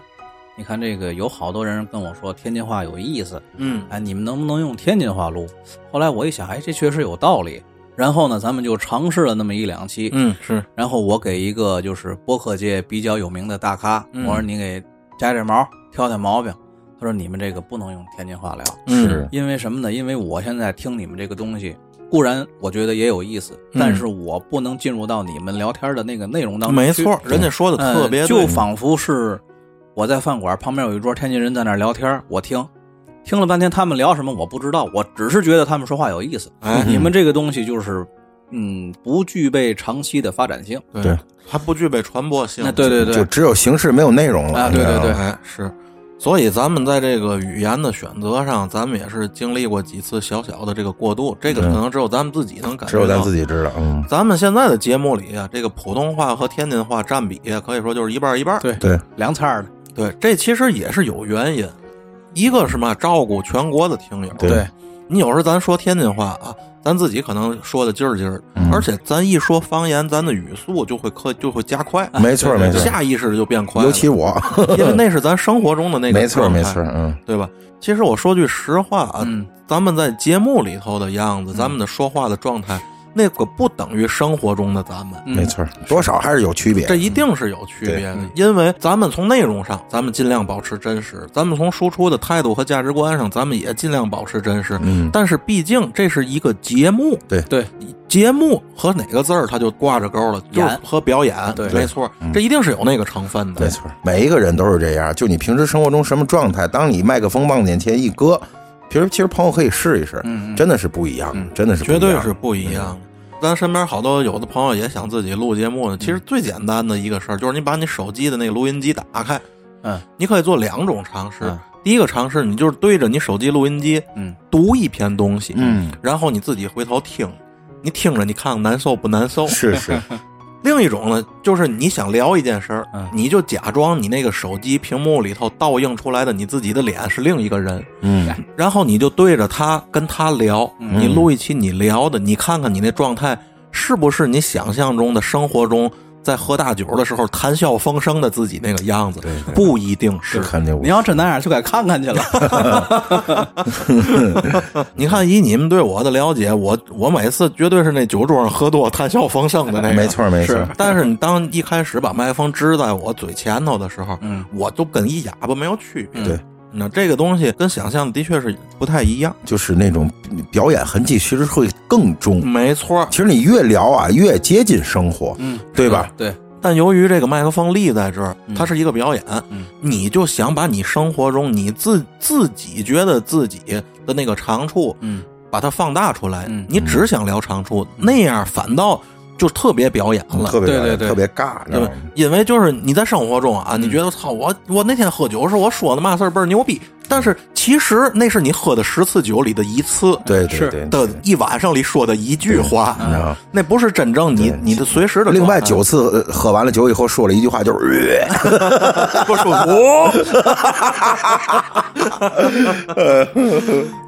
C: 你看这个有好多人跟我说天津话有意思，
A: 嗯，
C: 哎，你们能不能用天津话录？后来我一想，哎，这确实有道理。然后呢，咱们就尝试了那么一两期。
A: 嗯，是
C: 然后我给一个就是播客界比较有名的大咖，
A: 嗯
C: 我说你给摘摘毛，挑挑毛病。他说你们这个不能用天津话聊，
A: 嗯
B: 是，
C: 因为什么呢？因为我现在听你们这个东西，固然我觉得也有意思，
A: 嗯
C: 但是我不能进入到你们聊天的那个内容当
A: 嗯
C: 中。
A: 没错，，人家说的
C: 呃
A: 特别对
C: 就仿佛是我在饭馆旁边有一桌天津人在那儿聊天，我听，听了半天他们聊什么我不知道，我只是觉得他们说话有意思。
A: 哎
C: 你们这个东西就是，嗯，不具备长期的发展性。
B: 对，
A: 它不具备传播性。
C: 那对对
B: 就
C: 对，
B: 只有形式没有内容了
C: 啊对对对
A: 哎是，所以咱们在这个语言的选择上，咱们也是经历过几次小小的这个过渡，这个可能只有咱们自己能感觉到。
B: 只有咱自。己知道，嗯，
A: 咱们现在的节目里啊，这个普通话和天津话占比可以说就是一半儿一半儿。
C: 对
B: 对，
C: 凉菜儿的，
A: 对，这其实也是有原因，一个是嘛，照顾全国的听友。
B: 对
A: 你有时候咱说天津话啊，咱自己可能说的劲儿劲儿，
B: 嗯
A: 而且咱一说方言，咱的语速就会克就会加快，
B: 没错
A: 对
B: 没错
A: 下意识就变快了，
B: 尤其我，嗯
A: 因为那是咱生活中的那个
B: 没错
A: 状态
B: 没错，嗯
A: 对吧？其实我说句实话啊，咱们在节目里头的样子，咱们的说话的状态，那个不等于生活中的咱们，
C: 嗯
B: 没错，多少还是有区别。
A: 这一定是有区别的。因为咱们从内容上，咱们尽量保持真实；咱们从输出的态度和价值观上，咱们也尽量保持真实。
B: 嗯
A: 但是毕竟这是一个节目，
B: 对
C: 对，
A: 节目和哪个字儿它就挂着钩了，就是
C: 演
A: 和表演，
C: 对嗯
A: 没错，这一定是有那个成分的，
B: 没错，每一个人都是这样。就你平时生活中什么状态，当你麦克风往眼前一搁，其实其实朋友可以试一试，真的是不一样，真的是不一
A: 绝
B: 样
A: 对是不一样的。咱身边好多有的朋友也想自己录节目呢。其
B: 嗯
A: 实最简单的一个事儿就是你把你手机的那个录音机打开，
C: 嗯，
A: 你可以做两种尝试
C: 嗯。
A: 第一个尝试，你就是对着你手机录音机，
C: 嗯，
A: 读一篇东西，
B: 嗯，
A: 然后你自己回头听，你听着，你看看难受不难受。
B: 是是，
A: 另一种呢，就是你想聊一件事儿，
C: 嗯
A: 你就假装你那个手机屏幕里头倒映出来的你自己的脸是另一个人，
B: 嗯，
A: 然后你就对着他跟他聊，你录一期你聊的，你看看你那状态是不是你想象中的生活中在喝大酒的时候谈笑风生的自己那个样子，不一定是。
B: 看见我
C: 你要真那样就该看看去了。
A: 你看，以你们对我的了解，我我每次绝对是那酒桌上喝多了谈笑风生的那个，
B: 没错没错
A: 是但是你当一开始把麦克风支在我嘴前头的时候，嗯，我就跟一哑巴没有区别。
B: 对，
A: 那这个东西跟想象的的确是不太一样。
B: 就是那种表演痕迹，其实会更重。
A: 没错，
B: 其实你越聊啊，越接近生活，嗯，对吧？
C: 对，
A: 但由于这个麦克风立在这儿，
B: 嗯
A: 它是一个表演，你就想把你生活中你自自己觉得自己的那个长处，
C: 嗯，
A: 把它放大出来，
C: 嗯
A: 你只想聊长处，
B: 嗯
A: 那样反倒就特别表演嗯了。
B: 特别
C: 对对对
B: 特别尬，知
A: 对
B: 道
A: 吧
B: 吗？？
A: 因为就是你在生活中啊，
B: 嗯
A: 你觉得操我我那天喝酒的时候我说的嘛事儿倍儿牛逼，但是其实那是你喝的十次酒里的一次，
B: 对对
C: 是
B: 对
A: 的
B: 对
A: 一晚上里说的一句话
B: 嗯啊，
A: 那不是真正你你的随时的状态。嗯
B: 另外九次呃喝完了酒以后说了一句话，就是
A: 不舒服，对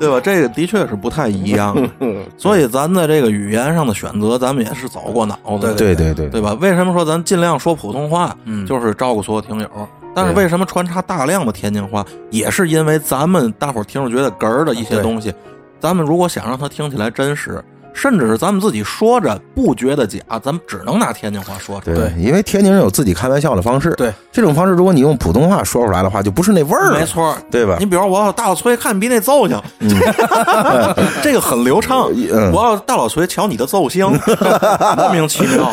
B: 嗯
A: 吧？这个的确是不太一样
B: *laughs*
A: 的，所以咱在这个语言上的选择，咱们也是走过脑子的，
B: 对嗯对对
A: 对吧？为什么说咱尽量说普通话，就是照顾所有听友？
B: 嗯
A: 但是为什么穿插大量的天津话，也是因为咱们大伙儿听着觉得哏儿的
B: 啊
A: 一些东西，咱们如果想让它听起来真实，甚至是咱们自己说着不觉得假，咱们只能拿天津话说出来。
B: 对，因为天津人有自己开玩笑的方式，
C: 对
B: 这种方式，如果你用普通话说出来的话，就不是那味儿了，
A: 没错，
B: 对吧
A: 你比如我要大老崔看你比那揍性， *laughs* 这个很流畅。
B: 嗯
A: 我要大老崔瞧你的揍
B: *laughs*
A: 性，莫名其妙，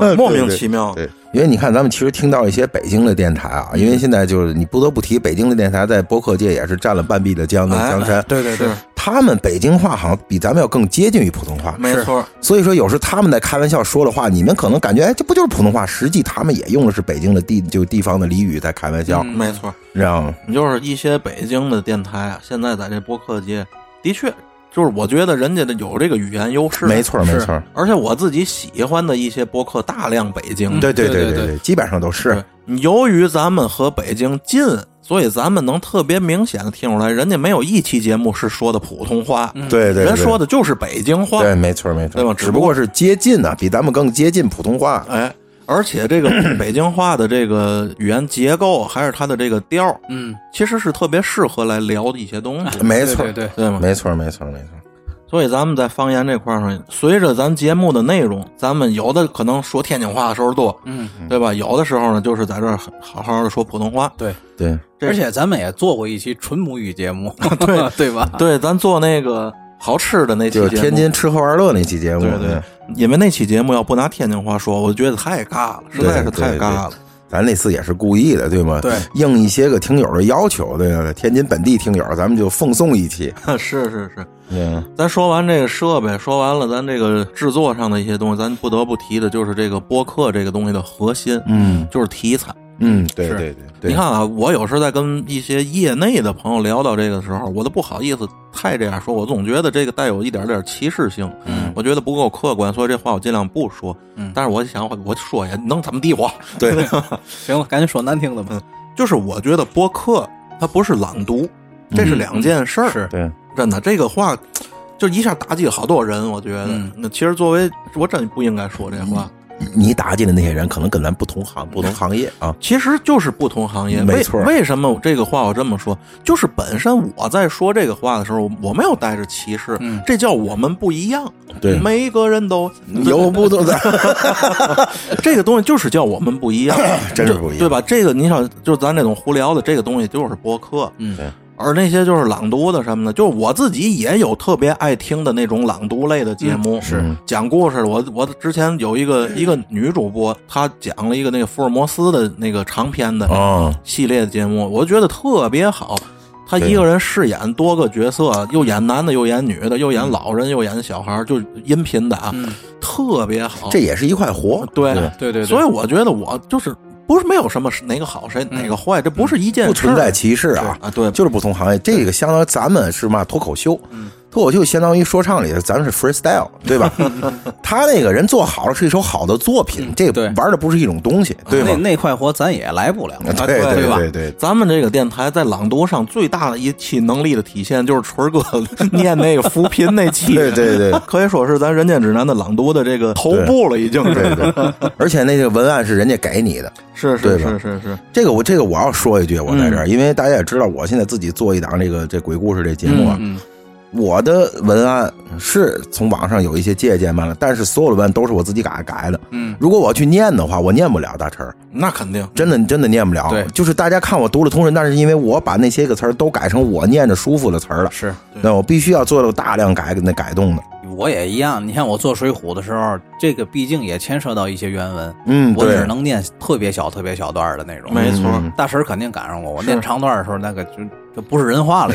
A: 嗯莫名其妙。
B: 对，因为你看，咱们其实听到一些北京的电台啊，因为现在就是你不得不提，北京的电台在播客界也是占了半壁的江
A: 哎
B: 江山。
C: 对对对
A: 是
B: 他们北京话好像比咱们要更接近于普通话，
A: 没错。
B: 所以说有时他们在开玩笑说的话，你们可能感觉哎，这不就是普通话？实际他们也用的是北京的地就地方的俚语在开玩笑，
A: 嗯没错，
B: 知道吗？
A: 你就是一些北京的电台啊，现在在这播客界的确就是，我觉得人家的有这个语言优势，
B: 没。错，没错，
A: 而且我自己喜欢的一些播客，大量北京的，
B: 对对
C: 对
B: 对
C: 对
B: 对，基本上都是
A: 对。由于咱们和北京近，所以咱们能特别明显的听出来，人家没有一期节目是说的普通话，
C: 嗯
B: 对对，
A: 人
B: 对
A: 说的就是北京话。
B: 对，没错没错，
A: 对吧
B: 只不过是接近呢、比咱们更接近普通话。
A: 哎，而且这个 *clears throat* 北京话的这个语言结构，还是它的这个调儿
C: 嗯，
A: 其实是特别适合来聊的一些东西，
B: 没错，
C: 对对对
A: 对吗？
B: 没错，没错，没错。
A: 所以咱们在方言这块儿上，随着咱节目的内容，咱们有的可能说天津话的时候多，
C: 嗯，
A: 对吧？有的时候呢，就是在这儿好好的说普通话。
C: 对。
B: 对，
A: 这
C: 而且咱们也做过一期纯母语节目，对 *laughs* 对吧？
A: 对，咱做那个好吃的那期
B: 就是
A: 节目
B: 天津吃喝玩乐那期节目，
A: 对对
B: 嗯，
A: 因为那期节目要不拿天津话说，我觉得太尬了，实在是
B: 对
A: 太
B: 对
A: 尬了 *laughs*
B: 对。咱那次也是故意的，对吗？
C: 对
B: 应一些个听友的要求，对吧？天津本地听友，咱们就奉送一期。
A: 是是是，
B: 嗯，
A: 咱说完这个设备，说完了咱这个制作上的一些东西，咱不得不提的就是这个播客这个东西的核心，
B: 嗯
A: 就是题材。
B: 嗯，对
C: 是
B: 对对对。
A: 你，看啊，我有时候在跟一些业内的朋友聊到这个时候，我都不好意思太这样说，我总觉得这个带有一点点歧视性，嗯，我觉得不够客观，所以这话我尽量不说。嗯，但是我想我说也能怎么地我？
B: 对，
A: *laughs*
C: 行了，赶紧说难听的吧。
A: 就是我觉得
B: 嗯
A: 播客它不是朗读，这是两件事儿、
C: 是
B: 对，
A: 真的，这个话就一下打击了好多人，我觉得。
C: 嗯
A: 那其实作为我真不应该说这话，
B: 你打进的那些人可能跟咱不同行、
A: 嗯
B: 不同行业
A: *laughs*
B: 啊。
A: 其实就是不同行业。
B: 没
A: 为
B: 错
A: 为什么我这个话我这么说？就是本身我在说这个话的时候，我没有带着歧视，
C: 嗯
A: 这叫我们不一样。
B: 对
A: 每一个人都
B: 有不同
A: *laughs*
B: 的，，
A: 这个东西就是叫我们不一样
B: *clears throat* 真是不一样
A: 就对吧？这个你想，就咱这种胡聊的这个东西就是播客，
C: 嗯
B: 对
A: 而那些就是朗读的什么的，就是我自己也有特别爱听的那种朗读类的节目，
B: 是
A: 讲故事。我我之前有一个一个女主播，她讲了一个那个福尔摩斯的那个长篇的
B: 啊，
A: 系列的节目，我觉得特别好。她
B: 对
A: 一个人饰演多个角色，又演男的，又演女的，又演老人，又演小孩儿，就是音频的啊，特别好。
B: 这也是一块活。
A: 对啊
C: 对对对，
A: 所以我觉得我就是不是没有什么是哪个好谁哪个
C: 嗯
A: 坏，这不是一件事
B: 不
A: 儿
B: 存在歧视啊，
A: 啊。对，
B: 就是不同行业。这个相当于咱们是嘛脱口秀，脱口秀相当于说唱里的，咱们是 freestyle，对吧？他那个人做好了是一首好的作品，这
C: 对
B: 玩的不是一种东西，对
C: 那
B: 吗？
C: 那块活咱也来不了。
B: *laughs* 对
A: 对
B: 对
A: 吧
B: 对对，
A: 咱们这个电台在朗读上最大的一期能力的体现，就是纯儿哥 *laughs* 念那个扶贫那期，
B: 对对对
A: 可以说是咱《人间指南》的朗读的这个头部了，已经
B: 对
A: 是
B: 对，而且那个文案是人家给你的。
A: 是
B: 对
A: 是
B: 吧
A: 是是是，
B: 这个我这个我要说一句，我在这儿，因为大家也知道，我现在自己做一档这个这鬼故事这节目啊，
C: 嗯
B: 我的文案是从网上有一些借鉴嘛了，但是所有的文案都是我自己改改的。
C: 嗯，
B: 如果我去念的话，我念不了大词儿，
A: 那肯定
B: 真的真的念不了。
C: 对
B: 就是大家看我读了通顺，但是因为我把那些个词儿都改成我念着舒服的词儿了，
C: 是
B: 那我必须要做到大量改那改动
C: 嗯
B: 的。
C: 我也一样。你看我做《水浒》的时候，这个毕竟也牵涉到一些原文，
B: 嗯，
C: 我只
B: 对，
C: 能念特别小、特别小段儿的那种。
A: 没错，
B: 嗯
C: 大神儿肯定赶上我，我
A: 是
C: 念长段儿的时候，那个就就不是人话了，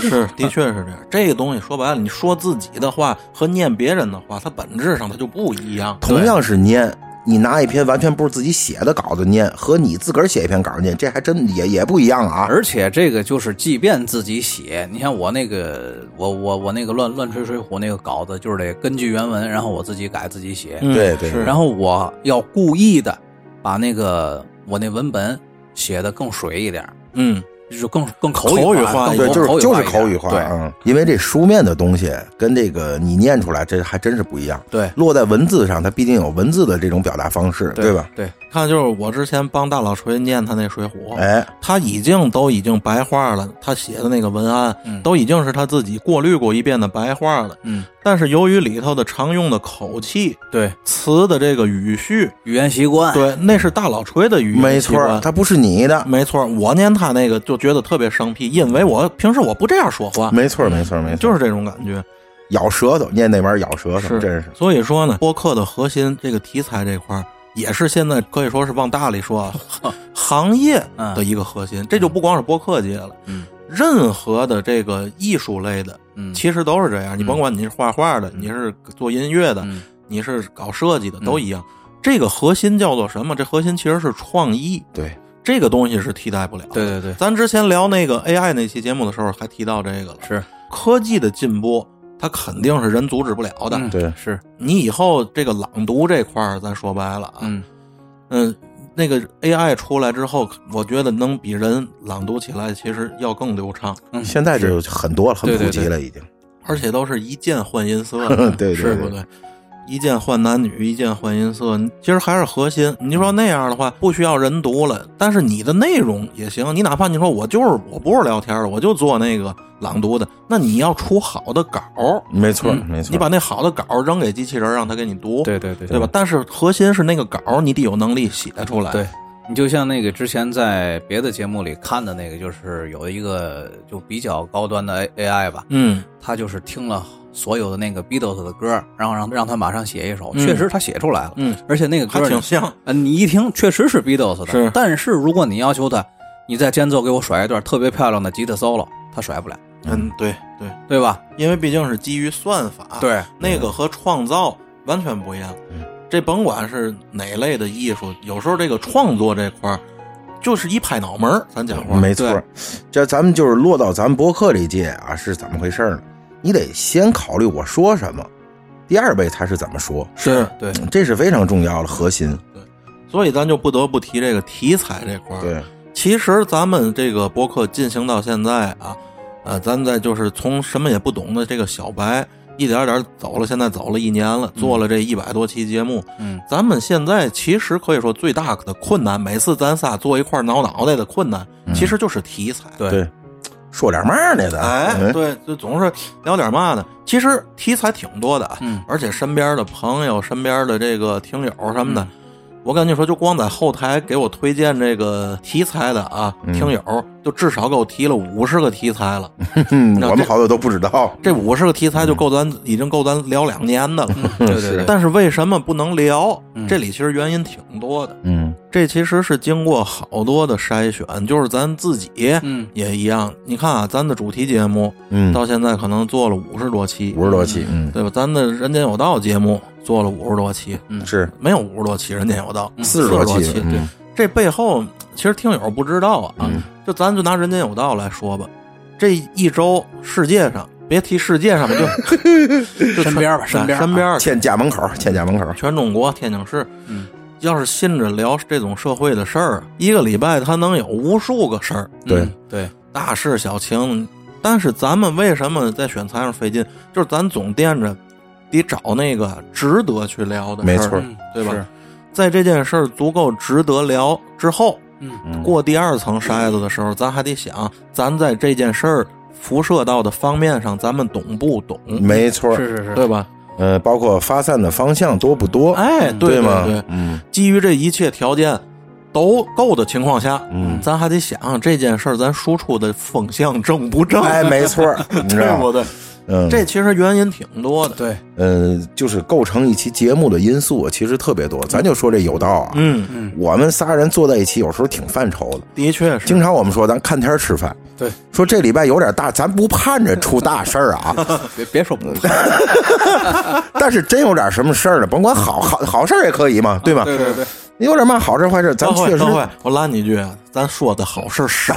B: *laughs*
C: 经。
A: 是的确是这样。这个东西说白了，你说自己的话和念别人的话，它本质上它就不一样。
B: 同样是念。你拿一篇完全不是自己写的稿子念，和你自个儿写一篇稿子念，这还真也也不一样啊。
C: 而且这个就是，即便自己写，你像我那个，我我我那个乱乱吹水浒那个稿子，就是得根据原文，然后我自己改自己写，
A: 嗯
B: 对对
A: 是
C: 然后我要故意的把那个我那文本写的更水一点儿，
A: 嗯，
C: 就是更更口
A: 口
C: 语
A: 语化
C: 更
B: 对，
A: 口
B: 就是
C: 口
B: 就是
C: 一点
B: 口语化，
C: 对
B: 嗯，因为这书面的东西跟这个你念出来，这还真是不一样。
C: 对
B: 落在文字上，它毕竟有文字的这种表达方式，对吧？？
C: 对，哦
A: 看就是我之前帮大老锤念他那《水浒》，
B: 哎，
A: 他已经都已经白话了，他写的那个文案、
C: 嗯
A: 都已经是他自己过滤过一遍的白话了。
C: 嗯，
A: 但是由于里头的常用的口气、
C: 对，
A: 词的这个语序，
C: 语言习惯，
A: 对，那是大老锤的语言
B: 哎没
A: 习
B: 错
A: 惯
B: 儿，它不是你的，
C: 嗯
A: 没错儿。我念他那个就觉得特别生僻，因为我平时我不这样说话，
B: 没错儿，没错儿，没错儿，
A: 就是这种感觉。
B: 咬舌头，念那玩意儿咬舌头，
A: 是
B: 真是
A: 所以说呢，播客的核心这个题材这块儿。也是现在可以说是往大里
C: *laughs*
A: 说，啊，行业的一个核心，这就不光是播客界了，
C: 嗯
A: 任何的这个艺术类的，
C: 嗯，
A: 其实都是这样。你甭管你是画画的，你是做音乐的，
C: 嗯
A: 你是搞设计的，都一样。这个核心叫做什么？这核心其实是创意，
B: 对，
A: 这个东西是替代不了。
C: 对，对对，
A: 咱之前聊那个 AI 那期节目的时候还提到这个了，
C: 是
A: 科技的进步。它肯定是人阻止不了的。
C: 嗯
B: 对
C: 是，
A: 你以后这个朗读这块儿，咱说白了啊，
C: 嗯
A: 嗯，那个 AI 出来之后，我觉得能比人朗读起来其实要更流畅，
C: 嗯，
B: 现在就很多了，很
C: 对对
B: 普及
C: 对
B: 了，已经。，
A: 而且都是一键换音色的
B: *laughs* 对对
A: 是不对？一键换男女，一键换音色，其实还是核心。你说那样的话，不需要人读了，但是你的内容也行。你哪怕你说我就是我不是聊天的，我就做那个朗读的，那你要出好的稿儿，
B: 没错儿，
C: 嗯
B: 没错儿，
A: 你把那好的稿儿扔给机器人儿，让他给你读，
C: 对对对
A: 哦对吧？？但是核心是那个稿儿，你得有能力写出来。
C: 对，你就像那个之前在别的节目里看的那个，就是有一个就比较高端的 A I 吧，
A: 嗯，
C: 他就是听了所有的那个 Beatles 的歌，然后让让他马上写一首，
A: 嗯
C: 确实他写出来了，
A: 嗯，
C: 而且那个
A: 还
C: 歌
A: 挺
C: 你
A: 像。
C: 呃你一听确实是 Beatles 的，
A: 是
C: 但是如果你要求他，你在间奏给我甩一段特别漂亮的吉他 solo，他甩不了，
A: 嗯，对对，
C: 对吧？
A: 因为毕竟是基于算法，，
C: 对，
A: 那个和创造完全不一样。
B: 嗯
A: 这甭管是哪类的艺术，有时候这个创作这块儿就是一拍脑门儿，咱讲话。
B: 没错
C: 对
B: 儿，这咱们就是落到咱们博客里界啊，是怎么回事儿呢？你得先考虑我说什么，第二位才是怎么说，
A: 是，
C: 对，
B: 这是非常重要的核心。
A: 所以咱就不得不提这个题材这块儿。
B: 对，
A: 其实咱们这个播客进行到现在啊，啊，咱再就是从什么也不懂的这个小白，一点点走了，现在走了一年了，做了这一百多期节目，
C: 嗯，
A: 咱们现在其实可以说最大的困难，每次咱仨坐一块儿挠脑袋的困难，其实就是题材。
C: 对
B: 对，说点嘛儿呢？咱
A: 哎，
B: 嗯
A: 对，就总是聊点嘛呢。其实题材挺多的，啊
C: 嗯，
A: 而且身边的朋友、身边的这个听友什
C: 嗯
A: 么的，我跟你说，就光在后台给我推荐这个题材的啊，
C: 嗯
A: 听友就至少给我提了五十个题材了。
B: 嗯
A: 那
B: 我
A: 这
B: 们好多都不知道。
A: 这五十个题材就够咱、已经够咱聊两年的了。
C: 对嗯对嗯对，
A: *laughs* 但是为什么不能聊？这里其实原因挺多的。
B: 嗯
A: 这其实是经过好多的筛选，就是咱自己
C: 嗯
A: 也一样。你看啊，咱的主题节目
B: 嗯，
A: 到现在可能做了五十多期，
B: 五十多期，嗯
A: 对吧？咱的《人间有道》节目做了五十多期，
B: 是
A: 没有五十多期，《人间有道》
B: 四
A: 十
B: 十
A: 多
B: 多期，
A: 对，
B: 嗯
A: 这背后其实听友不知道啊，
B: 嗯
A: 就咱就拿《人间有道》来说吧，这一周世界上别提世界
B: *laughs*
A: 上吧，就就
C: 身边吧
A: 全
C: 身边啊
A: 身边儿
B: 欠家门口，欠家门口，
A: 全中国天津市，
C: 嗯
A: 要是信着聊这种社会的事儿，一个礼拜他能有无数个事儿，
B: 对
C: 嗯对，
A: 大事小情。但是咱们为什么在选材上费劲？就是咱总惦着得找那个值得去聊的事儿，
B: 没错
C: 嗯
A: 对吧
C: 是？
A: 在这件事儿足够值得聊之后，
C: 嗯
B: 嗯
A: 过第二层筛子的时候，咱还得想，咱在这件事儿辐射到的方面上，咱们懂不懂？
B: 没错，
C: 是是是，
A: 对吧？
B: 呃，包括发散的方向多不多？
A: 哎，对
B: 对吗
A: 对，？ *laughs*
B: 嗯
A: 基于这一切条件都够的情况下，
B: 嗯，
A: 咱还得想这件事儿，咱输出的风向正不正？
B: 哎，没错，你知
A: 对
B: 道
A: 不
B: 吗？
A: 对？
B: 嗯，
A: 这其实原因挺多的。
C: 对，
B: 呃，就是构成一期节目的因素啊其实特别多。咱就说这有道啊，
A: 嗯，
B: 我们仨人坐在一起，有时候挺犯愁的。
A: 的确是。
B: 经常我们说，咱看天儿吃饭。
C: 对，
B: 说这礼拜有点大，咱不盼着出大事儿啊，
C: 别别说不
B: *laughs* 但是真有点什么事儿呢，甭管好好好事儿也可以嘛，对吧？
C: 对对对，
B: 有点嘛好事儿坏事儿，咱
A: 等会
B: 确实
A: 等，会，我拉你一句啊，咱说的好事少，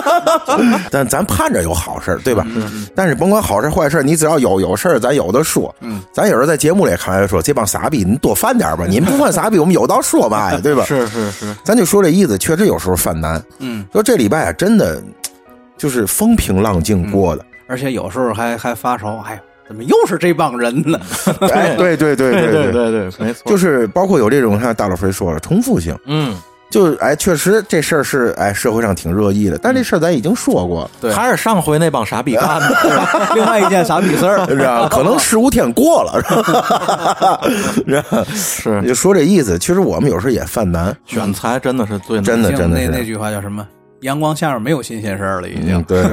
B: *laughs* 但咱盼着有好事儿，对吧？但是甭管好事儿坏事儿，你只要有有事儿，咱有的说。嗯，咱有时候在节目里也开玩笑说，这帮傻逼，你多犯点儿 *laughs* 吧，你们不犯傻逼，我们有道说嘛呀，对吧？
A: 是是是，
B: 咱就说这意思，确实有时候犯难。
C: 嗯，
B: 说这礼拜啊，真的就是风平浪静过的。
C: 而且有时候还还发愁，哎呦，怎么又是这帮人
B: *laughs*
C: 呢？ *laughs*
B: 哎，对对对对
A: 对对对，没错，
B: *laughs* 就是包括有这种，像大老飞说了，重复性，
A: 嗯，
B: 就是哎，确实这事儿是哎社会上挺热议的，但这事儿咱已经说过了，
C: 对
A: 还是上回那帮傻逼干的，
C: 另外一件傻逼事儿，
B: *laughs* 是啊吧？可能十五天过了，是吧？
A: *laughs*
B: *laughs*
A: 是
B: 你就说这意思，其实我们有时候也犯难，
A: 选材真的是最难
B: 真的
C: 听
B: 真的
C: 那那
B: 是。
C: 句话叫什么？阳光下面没有新鲜事儿了，已
B: 嗯
C: 经，。
B: 对，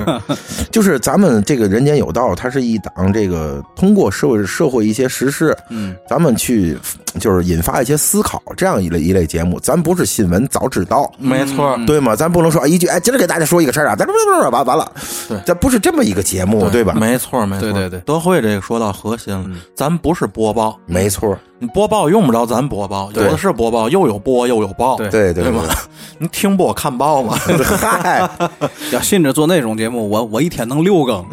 B: 就是咱们这个《人间有道》，它是一档这个通过社会社会一些时事，
C: 嗯，
B: 咱们去就是引发一些思考这样一类一类节目。咱不是新闻早知道，
A: 没错，
B: 对吗？咱不能说哎一句哎，今儿给大家说一个事儿啊，咱完完完了
A: 对，
B: 咱不是这么一个节目，对吧？
A: 没错没错，
C: 对对对
A: 德惠这个说到核心了，咱不是播报，
B: 没错，
A: 你播报用不着咱播报，有的是播报，又有播又有报，
C: 对
B: 对对
A: 对吧？你听播看报嘛，
B: 对嗨
C: 要信着做那种节目，我我一天能六
B: *laughs*
C: 更，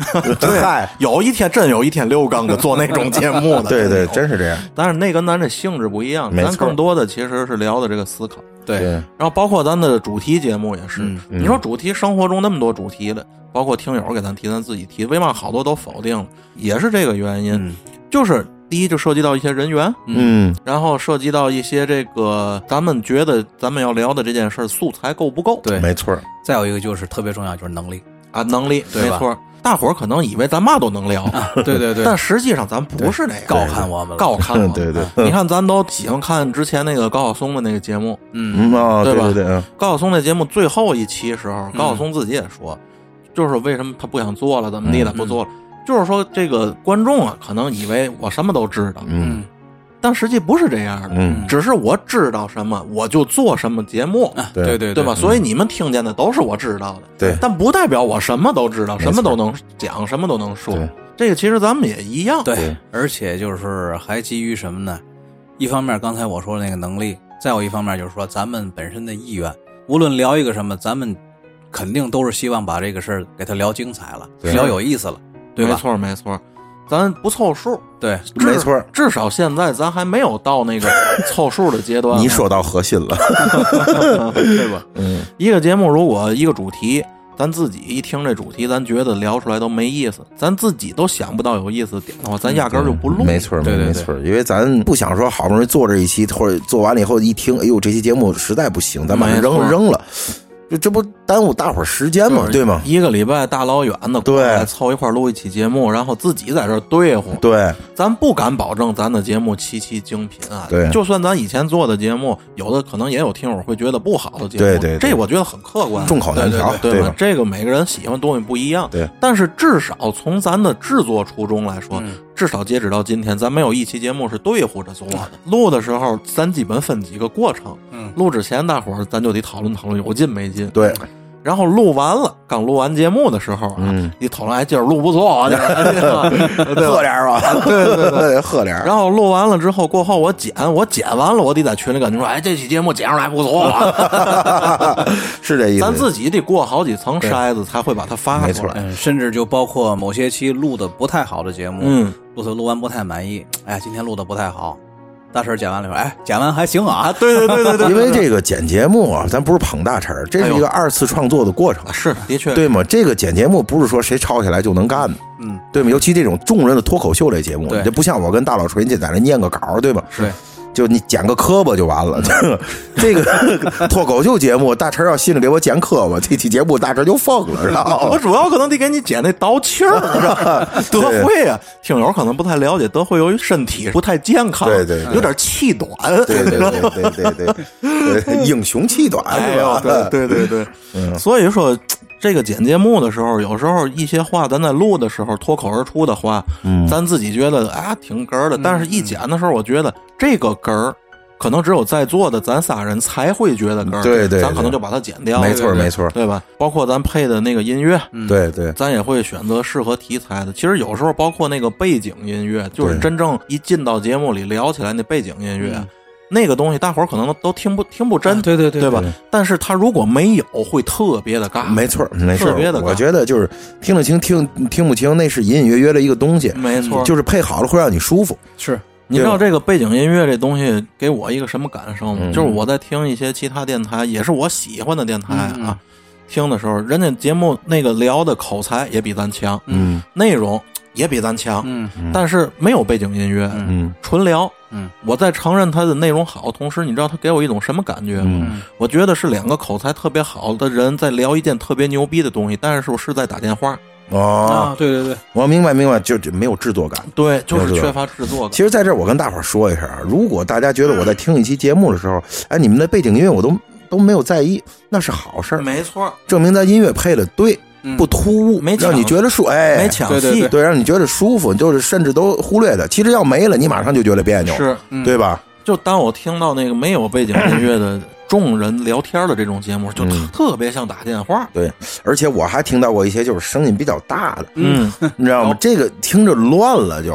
B: 嗨，
A: *laughs* 有一天真有一天六更的做那种节目的，
B: 对对，
A: 有
B: 真是这样，
A: 但是那跟咱这性质不一样，
B: 没
A: 咱
B: 错
A: 更多的其实是聊的这个思考。
C: 对，
B: 对，
A: 然后包括咱的主题节目也是，
C: 嗯
A: 你说主题生活中那么多主题的，包括听友给咱提，咱自己提，为嘛好多都否定了？也是这个原因，
C: 嗯
A: 就是第一就涉及到一些人员，
B: 嗯，
A: 然后涉及到一些这个咱们觉得咱们要聊的这件事儿素材够不够？
C: 对
B: 没错，
C: 再有一个就是特别重要，就是
B: *laughs*
C: 能力，
A: 啊，能力
C: 对
A: 没
C: 吧
A: 错。大伙儿可能以为咱嘛都能聊，
C: 对
B: *laughs*
C: 对对，
A: 但实际上咱不是那样，
C: 高看我们了
A: 高看
C: *laughs*
A: 我们。
B: 嗯对对，
A: 你看咱都喜欢看之前那个高晓松的那个节目，
C: 嗯
B: 嗯啊，
A: 对
B: 对
A: 吧
B: 对对，嗯
A: 高晓松那节目最后一期时
C: 嗯
A: 候，高晓松自己也说，就是为什么他不想做了，怎么地的
C: 嗯
A: 不做了，就是说这个观众啊，可能以为我什么都知道，
B: 嗯
C: 嗯
A: 但实际不是这样的，
B: 嗯，
A: 只是我知道什么我就做什么节目，
C: 啊，
B: 对
C: 对对
A: 对吧？？所以你们听见的都是我知道的，
B: 对
A: 但不代表我什么都知道，
B: 错
A: 什么都能讲，什么都能说
B: 对。
A: 这个其实咱们也一样，
C: 对，而且就是还基于什么呢？一方面刚才我说的那个能力，再有一方面就是说咱们本身的意愿，无论聊一个什么，咱们肯定都是希望把这个事儿给它聊精彩了，
B: 对
C: 聊有意思了，对
A: 没
C: 吧？
A: 错没错，咱不凑数，
C: 对，
A: 至
B: 没错。
A: 至少现在咱还没有到那个 *laughs* 凑数的阶段，
B: 你说到核心了，
A: 对吧？
B: 嗯
A: 一个节目如果一个主题，咱自己一听这主题，咱觉得聊出来都没意思，咱自己都想不到有意思的点的话，咱压根儿就不录。
B: 嗯没错，
C: 对对
B: 没
C: 对
B: 错，因为咱不想说好不容易做这一期，或者做完了以后一听，哎呦，这期节目实在不行，咱把它
A: 没错
B: 扔扔了，这这不耽误大伙儿时间吗？对吗？
A: 一个礼拜大老远的过来
B: 对
A: 凑一块儿录一期节目，然后自己在这儿对付，
B: 对，
A: 咱不敢保证咱的节目期期精品啊。
B: 对
A: 就算咱以前做的节目，有的可能也有听友会觉得不好的节目，
B: 对对对
A: 这我觉得很客观，
B: 众口难调
A: 对对
B: 对
A: 吧
B: 吧？
A: 这个每个人喜欢的东西不一样，
B: 对。
A: 但是至少从咱的制作初衷来说，
C: 嗯
A: 至少截止到今天，咱没有一期节目是对付着做的。录的时候，咱基本分几个过程。
C: 嗯
A: 录之前，大伙儿咱就得讨论讨论有劲没劲。
B: 对，
A: 然后录完了，刚录完节目的时候啊，
B: 嗯
A: 一讨论，哎，今儿哎录不错，这个
B: *laughs*
A: 对吧
B: 喝点儿吧，对对对， *laughs* 喝点儿。
A: 然后录完了之后，过后我剪，我剪完了，我得在群里跟你说，哎，这期节目剪出来不
B: *laughs*
A: 错啊，
B: 是这意思。
A: 咱自己得过好几层筛子才会把它发出来。
C: 嗯，甚至就包括某些期录的不太好的节目，
A: 嗯，
C: 录的录完不太满意，哎，今天录的不太好。大婶儿剪完了说，哎，剪完还行啊，
A: 对对对对
B: *laughs*
A: 对，哎
B: 因为这个剪节目啊，咱不是捧大茬儿，这是一个二次创作的过程，
A: 是的确，
B: 对吗？这个剪节目不是说谁抄起来就能干的，
C: 嗯，
B: 对吗？尤其这种众人的脱口秀类节目，
C: 对
B: 这不像我跟大老锤你在那念个稿儿，对吧？
C: 对，
B: 就你剪个磕巴就完了。这个脱口秀节目，大陈要心里给我剪磕巴，这期节目大陈就疯了，知道
A: 我
B: 吗？
A: 主要可能得给你剪那倒气儿，
B: *laughs*
A: 是吧德惠啊，听友可能不太了解，德惠由于身体不太健康，
B: 对对对
A: 有点气短，
B: 对对对对对对对，英雄气短
A: 哎
B: 是
A: 呦
B: 吧？，
A: 对对对
B: *laughs*
A: 对，
B: 嗯
A: 所以说。这个剪节目的时候，有时候一些话咱在录的时候脱口而出的话，
B: 嗯
A: 咱自己觉得啊挺哏儿的，但是一剪的时候，我觉得这个哏儿可能只有在座的咱仨人才会觉得哏儿，
B: 嗯对对
A: 咱可能
B: 对
A: 就把它剪掉了，
B: 没错嗯
A: 对对
B: 没错
A: 对吧？包括咱配的那个音乐，
B: 对对
A: 咱也会选择适合题材的。其实有时候包括那个背景音乐，就是真正一进到节目里聊起来那背景音乐，
B: 嗯
A: 那个东西大伙儿可能都都听不听不
B: 啊
A: 真，
C: 对对对
A: 对吧？但是他如果没有，会特别的尬，
B: 没错儿，没错
A: 特别的
B: 儿。
A: 尬
B: 我觉得就是听得清，听听不清，那是隐隐约约的一个东西，
A: 没错。
B: 就是配好了会让你舒服。
C: 是，
A: 你知道这个背景音乐这东西给我一个什么感受吗？
B: 嗯
A: 就是我在听一些其他电台，也是我喜欢的电台啊，
C: 嗯嗯
A: 听的时候，人家节目那个聊的口才也比咱强，
B: 嗯
A: 内容也比咱强，
C: 嗯
A: 但是没有背景音乐，
B: 嗯
A: 纯聊。
C: 嗯，
A: 我在承认它的内容好，同时你知道它给我一种什么感觉吗？
B: 嗯
A: 我觉得是两个口才特别好的人在聊一件特别牛逼的东西，但是是在打电话。
B: 哦，
C: 啊，对对对，
B: 我明白明白，就就没有制作感。
A: 对，就是
B: 没有这个
A: 缺乏制作感。
B: 其实，在这儿我跟大伙儿说一声啊，如果大家觉得我在听一期节目的时候，
A: 嗯
B: 哎，你们的背景音乐我都都没有在意，那是好事儿，
A: 没错，
B: 证明咱音乐配的对，
C: 嗯
B: 不突兀，
A: 没抢
B: 让你觉得舒，哎，
A: 没抢
C: 对对
A: 戏，
B: 对，让你觉得舒服，就是甚至都忽略的。其实要没了，你马上就觉得别扭，
A: 是。
C: 嗯
B: 对吧？
A: 就当我听到那个没有背景音乐的众人聊天的这种节目，就特特别像打电话。
B: 对，而且我还听到过一些就是声音比较大的，
A: 嗯，
B: 你知道吗？这个听着乱了就，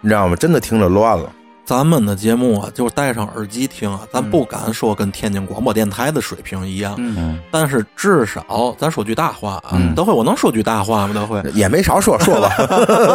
B: 你知道吗？真的听着乱了。
A: 咱们的节目啊，就戴上耳机听啊，咱不敢说跟天津广播电台的水平一样，
C: 嗯
A: 但是至少咱说句大话啊，德惠，我能说句大话吗？德惠，
B: 也没少说，说吧。
A: *laughs*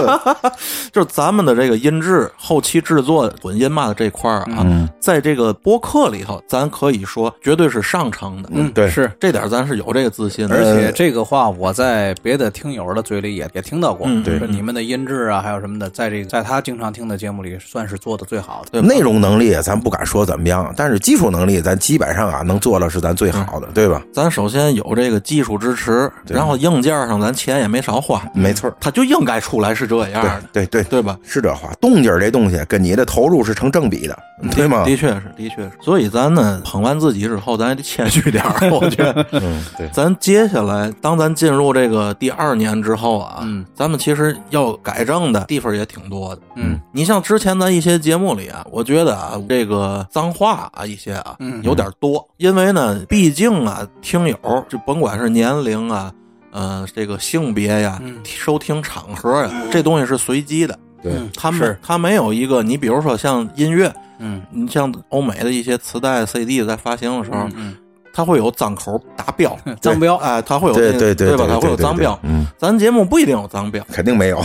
A: 就是咱们的这个音质、后期制作、混音嘛的这块儿啊，
C: 嗯
A: 在这个播客里头，咱可以说绝对是上乘的，
C: 嗯，
B: 对
C: 是。
A: 这点儿咱是有这个自信的。
C: 而且这个话我在别的听友的嘴里也也听到过，
A: 嗯对
C: 就是你们的音质啊，还有什么的，在这个在他经常听的节目里，算是做的最好的。
A: 对吧
B: 内容能力咱不敢说怎么样，但是技术能力咱基本上啊能做了是咱最好的，对吧？
A: 咱首先有这个技术支持，然后硬件上咱钱也没少花，
B: 没错儿，
A: 它就应该出来是这样的，
B: 对对对，
A: 对吧？
B: 是这话。动静儿这东西跟你的投入是成正比的，对吗？
A: 的确是，的确是。所以咱呢，捧完自己之后，咱也得谦虚点
B: *laughs*
A: 儿。我觉得，
B: 嗯，对，
A: 咱接下来，当咱进入这个第二年之后啊，
C: 嗯
A: 咱们其实要改正的地方也挺多的。
C: 嗯，
A: 你像之前咱一些节目里啊，我觉得啊，这个脏话啊一些啊，
C: 嗯
A: 有点多，因为呢，毕竟啊，听友就甭管是年龄啊。呃，这个性别呀、
C: 嗯
A: 收听场合呀，这东西是随机的。
B: 对
C: 嗯
A: 他们
C: 是
A: 他没有一个，你比如说像音乐，
C: 嗯
A: 你像欧美的一些磁带、CD 在发行的时候，
C: 嗯，
A: 它会有脏口达
C: *laughs*
A: 标，
C: 张彪
A: 哎，它会有
B: 对
A: 那
B: 对
A: 对
B: 对
A: 吧？它会有
B: 对
A: 脏标
B: 对。嗯，
A: 咱节目不一定有脏
B: *laughs*
A: 标，
B: 肯定没有，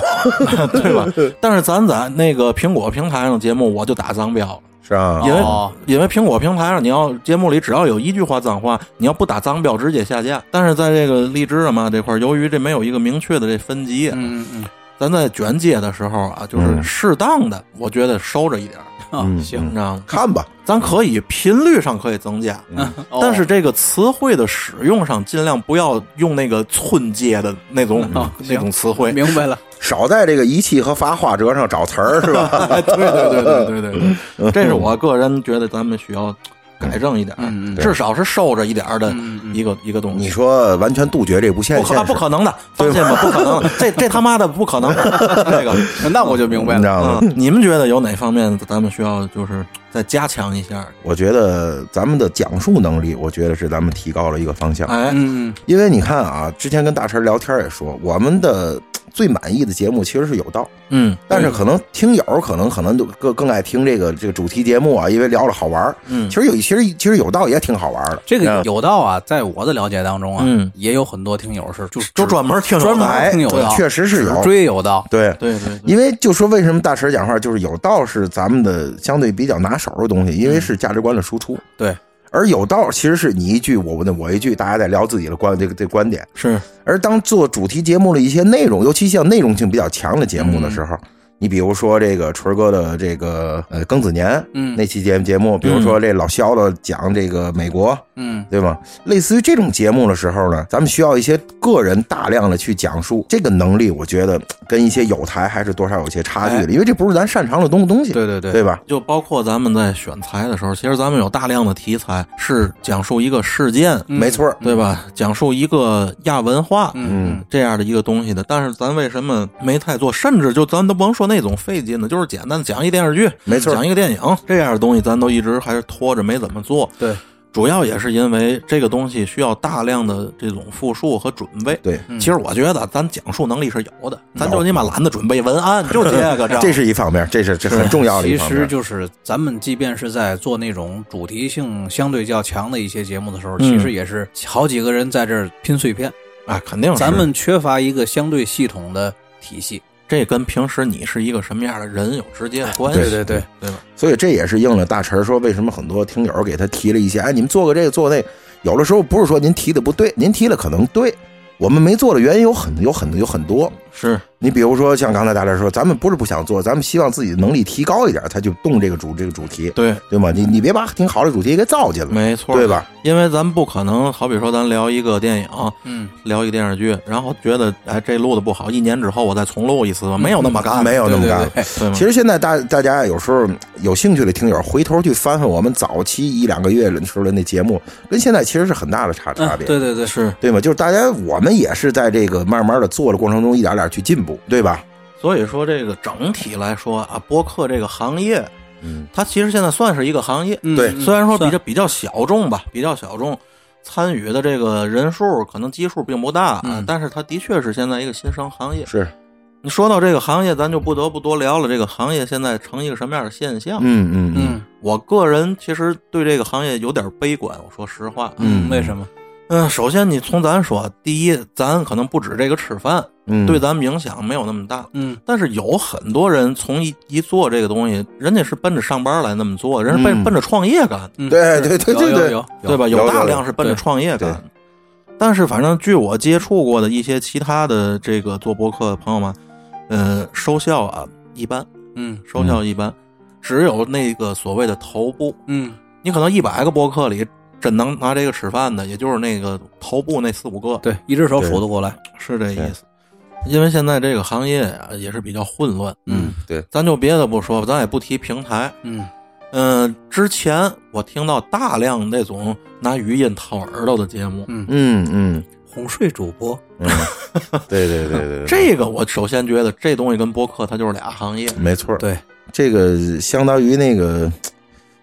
A: 对吧？但是咱在那个苹果平台上的节目，我就打脏标了。
B: 是啊，
A: 因为、
C: 哦
A: 因为苹果平台上，你要节目里只要有一句话脏话，你要不打脏标直接下架。但是在这个荔枝嘛这块儿，由于这没有一个明确的这分级，
C: 嗯嗯
A: 咱在卷接的时候啊，就是
B: 嗯
A: 适当的，我觉得收着一点儿，
C: 嗯，啊，行
A: 你，知道吗？
B: 看吧，
A: 咱可以频率上可以增加，
C: 哦
A: 嗯但是这个词汇的使用上，尽量不要用那个寸界的那 *laughs* 种、
C: 嗯
A: 那种词汇。
C: 明白了，
B: 少在这个仪器和发花折上找词儿，是 *laughs* 吧？
A: *laughs* 哎，对对对对对对对，这是我个人觉得咱们需要改正一点儿，
C: 嗯嗯
A: 至少是收着一点儿的
C: 嗯嗯
A: 一个、一个东
B: 你
A: 西。
B: 说完全杜绝这不
A: 不
B: 现
A: 可
B: 现
A: 不
B: 实，
A: 可能的，放心吧，不可 *laughs* 能的，这这他妈的不 *laughs* 可能。这个，
C: 那我就明白
B: 你知
C: 了，
B: 道吗？
A: 嗯，你们觉得有哪方面咱们需要就是再加强一下？
B: 我觉得咱们的讲述能力，我觉得是咱们提高了一个方向。
A: 哎，
C: 嗯嗯，
B: 因为你看啊，之前跟大陈聊天也说，我们的最满意的节目其实是有道，
A: 嗯
B: 但是可能听友可能可能就更更爱听这个这个主题节目啊，因为聊了好玩儿。
A: 嗯
B: 其实有其实其实有道也挺好玩的，
C: 这个
B: 嗯
C: 有道啊，在我的了解当中啊
A: 嗯，
C: 也有很多听友是就
A: 就
C: 只
A: 专门听
C: 专门
A: 来，
B: 哎
C: 听有道
B: 对确实是
C: 啊只
B: 有
C: 追有道，
B: 对。
A: 对对对，
B: 因为就说为什么大神讲话就是有道是咱们的相对比较拿手的东西，因为是价值观的输出。
C: 对，
B: 而有道其实是你一句我我一句，大家在聊自己的观这个这观点。
A: 是
B: 而当做主题节目的一些内容，尤其像内容性比较强的节目
C: 嗯
B: 的时候，你比如说这个春儿哥的这个呃庚子年，
C: 嗯
B: 那期节节目，比如说这老肖的讲这个美国，
C: 嗯
B: 对吗？类似于这种节目的时候呢，咱们需要一些个人大量的去讲述这个能力，我觉得跟一些有台还是多少有些差距的，因为这不是咱擅长的东东西，
C: 哎对对对
B: 对吧？
A: 就包括咱们在选材的时候，其实咱们有大量的题材是讲述一个事件，
B: 没错儿，
A: 对吧？讲述一个亚文化，
C: 嗯
A: 这样的一个东西的。但是咱为什么没太做？甚至就咱都甭说那种费劲的，就是简单的讲一电视剧，
B: 没错
A: 讲一个电影这样的东西，咱都一直还是拖着没怎么做。
C: 对，
A: 主要也是因为这个东西需要大量的这种复述和准备。
B: 对
C: 嗯
A: 其实我觉得咱讲述能力是有的，咱就你妈懒得准备文案，就这
B: *laughs*
A: 个
B: 这是一方面，这是这很重要的一
C: 其
B: 方
C: 实
B: 面。
C: 就是咱们即便是在做那种主题性相对较强的一些节目的时候，
A: 嗯
C: 其实也是好几个人在这儿拼碎片，
A: 啊，肯定是
C: 咱们缺乏一个相对系统的体系。
A: 这跟平时你是一个什么样的人有直接
B: 哎
A: 的关系。
C: 对对对，
A: 对吧？
B: 所以这也是应了大陈儿说，为什么很多听友给他提了一些，哎，你们做个这个做个那个，有的时候不是说您提的不对，您提了可能对，我们没做的原因有很有很有很多。
A: 是，
B: 你比如说像刚才大家说，咱们不是不想做，咱们希望自己的能力提高一点，才就动这个主这个主题，
A: 对，
B: 对吗？你你别把挺好的主题给造进来，
A: 没错，
B: 对？吧？
A: 因为咱不可能，好比说咱聊一个电影，
C: 嗯，
A: 聊一个电视剧，然后觉得哎这录的不好，一年之后我再重录一次吧，没有那么干，
B: 嗯没有那么干。
C: 对对对
A: 对吗？
B: 其实现在大大家有时候有兴趣的听友，回头去翻翻我们早期一两个月的时候的那节目，跟现在其实是很大的差差
C: 嗯，
B: 别。
C: 对对对，
A: 是，
B: 对吗？就是大家我们也是在这个慢慢的做的过程中，一点点去进步，对吧？
A: 所以说这个整体来说啊，播客这个行业，
B: 嗯，
A: 它其实现在算是一个行业，
C: 嗯
B: 对
C: 嗯
A: 虽然说比
C: 算
A: 较比较小众吧，比较小众，参与的这个人数可能基数并不大，啊
C: 嗯
A: 但是它的确是现在一个新生行业。
B: 是，
A: 你说到这个行业，咱就不得不多聊了，这个行业现在成一个什么样的现象？
B: 嗯嗯嗯，
C: 嗯
A: 我个人其实对这个行业有点悲观，我说实话。
B: 嗯
C: 为什么？
A: 嗯，首先你从咱说，第一，咱可能不止这个吃饭，
B: 嗯
A: 对咱们影响没有那么大。
C: 嗯
A: 但是有很多人从一一做这个东西，人家是奔着上班来那么做，人是奔、
B: 嗯
A: 奔着创业干，
C: 嗯，
B: 对
C: 是
B: 对对
C: 有
B: 对
C: 有
B: 对
C: 有
A: 对？吧？
B: 有
A: 有
B: 有
A: 大
B: 有
A: 量是奔着
C: 对
A: 创业
B: 对
A: 干。但是反正据我接触过的一些其他的这个做博客的朋友们，呃，收效啊一般，
C: 嗯
A: 收效一般，只有那个所谓的头部，
C: 嗯
A: 你可能一百个博客里，真能拿这个吃饭的，也就是那个头部那四五个，
C: 对，一只手数得过来。
A: 是这意思。因为现在这个行业啊也是比较混乱，
C: 嗯
B: 对，
A: 咱就别的不说，咱也不提平台。
C: 嗯
A: 嗯、之前我听到大量那种拿语音掏耳朵的节目，
C: 嗯，
B: 嗯
A: *laughs*
B: 嗯
C: 哄睡主播，
B: 嗯，对对对对，对
A: 这个我首先觉得这东西跟播客它就是俩行业。
B: 没错儿，
C: 对，
B: 这个相当于那个。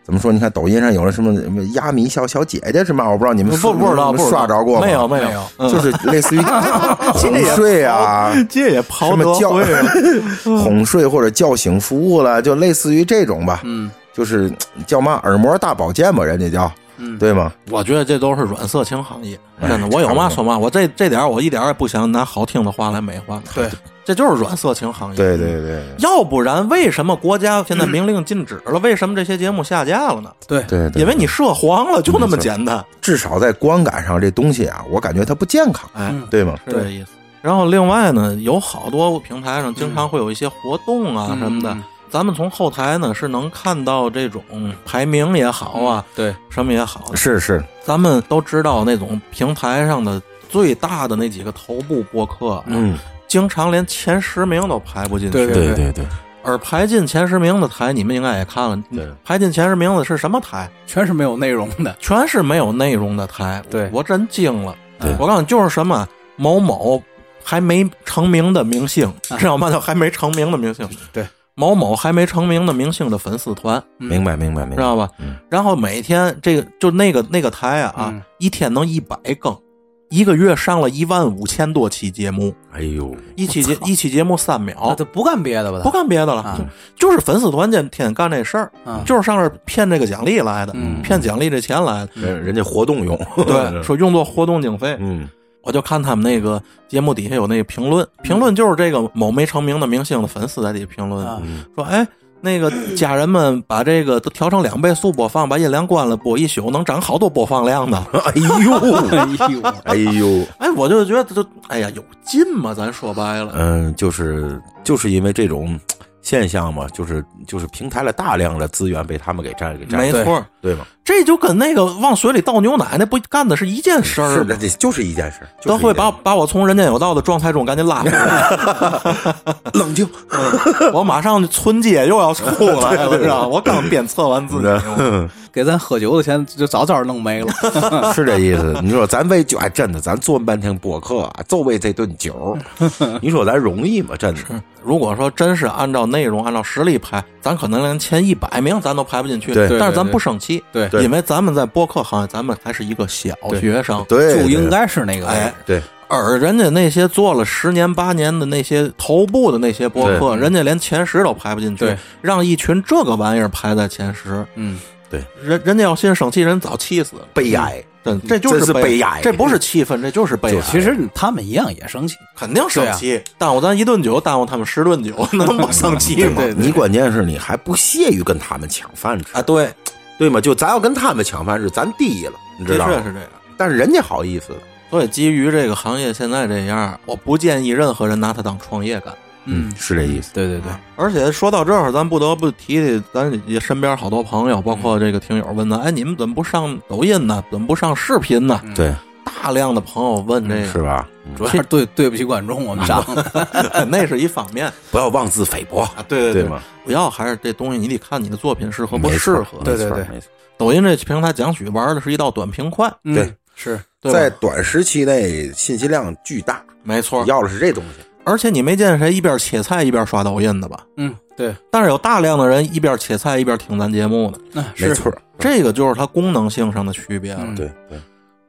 B: 怎么说？你看抖音上有了什么什么压米小小姐姐是吗？我不知道你们
A: 不不知道，
B: 你
A: 不
B: 们
A: 知道
B: 刷着过吗？
A: 没有，没
C: 没有
A: 有，嗯
B: 就是类似于
A: *laughs*
B: 哄睡啊，
A: 这也刨
B: 什
A: 得
B: 么叫
A: 会啊了
B: *laughs* 哄睡或者叫醒服务了，就类似于这种吧。
C: 嗯
B: 就是叫嘛耳膜大保健吧，人家叫
A: 嗯
B: 对吗？
A: 我觉得这都是软色情行业，
B: 哎
A: 真的。我有嘛
B: 差不多
A: 说嘛，我这这点儿我一点儿也不想拿好听的话来美化。
C: 对，
A: *laughs* 这就是软色情行业。
B: 对对对
A: 要不然为什么国家现在明令禁止了？为什么这些节目下架了呢？
C: 对，
B: 对对，
A: 因为你涉黄了，就那么简单。
B: 至少在观感上这东西啊，我感觉它不健康，
A: 哎，
C: 嗯
B: 对吗？
A: 是这意思。然后另外呢，有好多平台上经常会有一些活动啊
C: 嗯
A: 什么的
C: 嗯，
A: 咱们从后台呢是能看到这种排名也好啊，
C: 对，
A: 什么也好，啊
B: 是是，
A: 咱们都知道那种平台上的最大的那几个头部播客啊，
B: 嗯，
A: 经常连前十名都排不进去。
C: 对对
B: 对对，
A: 而排进前十名的台，你们应该也看了，
B: 对
A: 排进前十名的是什么台？
C: 全是没有内容的，
A: 全是没有内容的台。
C: 对
A: 我真惊了。
B: 对
A: 我告诉你，就是什么某某还没成名的明星，知道吗？就还没成名的明星，
C: 啊对，
A: 某某还没成名的明星的粉丝团，
B: 明白明白明
A: 知
B: 白，
A: 道吧？
B: 嗯
A: 然后每天这个就那个那个台啊，
C: 嗯
A: 一天能一百更，一个月上了一万五千多期节目，
B: 哎呦，
A: 一期节一期节目三秒
C: 他。他不干别的吧？
A: 不
C: 他
A: 干别的了，
C: 啊
A: 就就是粉丝团天天干这事儿，
C: 嗯
A: 就是上这儿骗这个奖励来的，骗奖励这钱来的。
B: 人人家活动用，
A: 嗯对，说用作活动经费，*laughs*
B: *laughs* 嗯，
A: 我就看他们那个节目底下有那个评论，评论就是这个某没成名的明星的粉丝在底下评论、
C: 啊
B: 嗯
A: 说：“哎，那个家人们把这个都调成两倍速播放，把音量关了，播一宿能涨好多播放量呢。
B: 哎呦，
C: *laughs* 哎呦，
B: 哎呦，”
A: 哎，我就觉得就哎呀有劲嘛，咱说白了，
B: 嗯，就是就是因为这种现象嘛，就是就是平台了大量的资源被他们给占给占，
A: 没错，
B: 嗯对吗？
A: 这就跟那个往水里倒牛奶那不干的是一件事儿
B: 是
A: 吗
B: 的，。这就是一件事，
A: 都会把把我从人间有道的状态中赶紧拉回来，
B: *laughs*
A: 嗯
B: 冷静，
A: 我马上春节又要出
B: *laughs*
A: 来了，是吧？我刚鞭策完自己，
C: 给咱喝酒的钱就早早弄没了。
B: 嗯是这意思。你说咱为酒，哎，真的，咱做半天播客啊，就为这顿酒，你说咱容易吗？真的，
A: 如果说真是按照内容、按照实力排，咱可能连前一百名咱都排不进去。
B: 对
A: 但是咱
C: 对对
A: 不生气，
C: 对
B: 对
A: 因为咱们在播客行业，咱们还是一个小学生。
B: 对，
C: 就应该是那个位置
A: 哎，
B: 对，
A: 而人家那些做了十年八年的那些头部的那些播客，人家连前十都排不进去
C: 对，
A: 让一群这个玩意儿排在前十，
C: 嗯，
A: 人人家要先生气，人早气死了。
B: 悲哀，
A: 真，这就
B: 真是
A: 悲
B: 悲哀
A: 这不是气愤，这就是悲哀。
C: 其实他们一样也生气，
A: 肯定生
C: 对啊
A: 气，耽误咱一顿酒，耽误他们十顿酒， *laughs* 能不生气吗？
C: 对对
B: 你关键是你还不屑于跟他们抢饭吃
A: 啊，，对，
B: 对吗？就咱要跟他们抢饭吃，咱第一了，你
A: 的
B: 知道
A: 确
B: 吗？
A: 是这样。
B: 但是人家好意思，
A: 所以，基于这个行业现在这样，我不建议任何人拿它当创业干。
C: 嗯，
B: 是这意思，
C: 对对对，
A: 而且说到这儿，咱不得不提提咱也身边好多朋友，包括这个听友问的，哎，你们怎么不上抖音呢？怎么不上视频呢？
B: 对，
A: 大量的朋友问这
B: 是
A: 个，
B: 吧？嗯
C: 主要是对对不起观众，我们上
A: *laughs* 那嗯是一方面
B: 不要妄自菲薄，
A: 啊，对
B: 对？吗？
A: 主要还是这东西，你得看你的作品适合不
B: 没
A: 适
B: 错
A: 合。
C: 对对
B: 没错
C: 对
B: 没错。
A: 抖音这平台讲曲玩的是一道短平快，
C: 嗯
B: 对
C: 是
A: 对吧
B: 在短时期内信息量巨大，
A: 没错。
B: 要的是这东西。
A: 而且你没见谁一边切菜一边刷抖音的吧？
C: 嗯对，
A: 但是有大量的人一边切菜一边听咱节目呢。
C: 那
B: 没
C: 是
B: 错，
A: 这个就是它功能性上的区别了。
C: 嗯
B: 对对，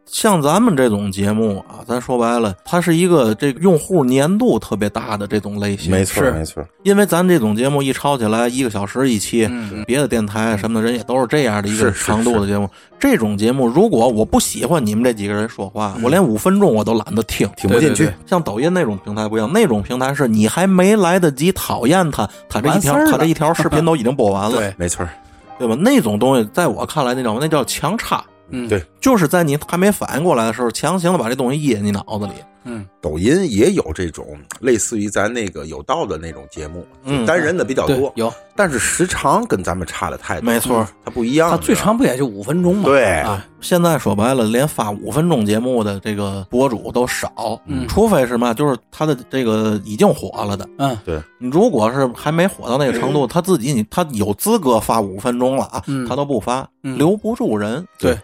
A: 像咱们这种节目啊，咱说白了，它是一个这个用户粘度特别大的这种类型。
B: 没错
C: 是
B: 没错，
A: 因为咱这种节目一抄起来一个小时一期，
C: 嗯
A: 别的电台啊什么的人也都是这样的一个
B: 是是
A: 长度的节目。这种节目，如果我不喜欢你们这几个人说话，
C: 嗯
A: 我连五分钟我都懒得听。
B: 听不进去
C: 对对。
A: 像抖音那种平台不一样，那种平台是你还没来得及讨厌它，它这一条
C: 完事儿了
A: 它这一条视频都已经播完了，
C: *laughs* 对
B: 没错，
A: 对吧？那种东西在我看来，那叫那叫强插。
C: 嗯
B: 对
A: 就是在你还没反应过来的时候，强行的把这东西噎你脑子里。
C: 嗯
B: 抖音也有这种类似于咱那个有道的那种节目，
A: 嗯
B: 单人的比较
C: 对
B: 多，
C: 有，
B: 但是时长跟咱们差的太多，
A: 没错，
B: 它不一样。
C: 他最长不也就五分钟吗？
B: 啊对
C: 啊
A: 现在说白了，连发五分钟节目的这个博主都少，
C: 嗯
A: 除非是嘛，就是他的这个已经火了的。
C: 嗯
A: 你如果是还没火到那个程度，他自己你他有资格发五分钟了啊，
C: 嗯
A: 他都不发，
C: 嗯
A: 留不住人。
C: 对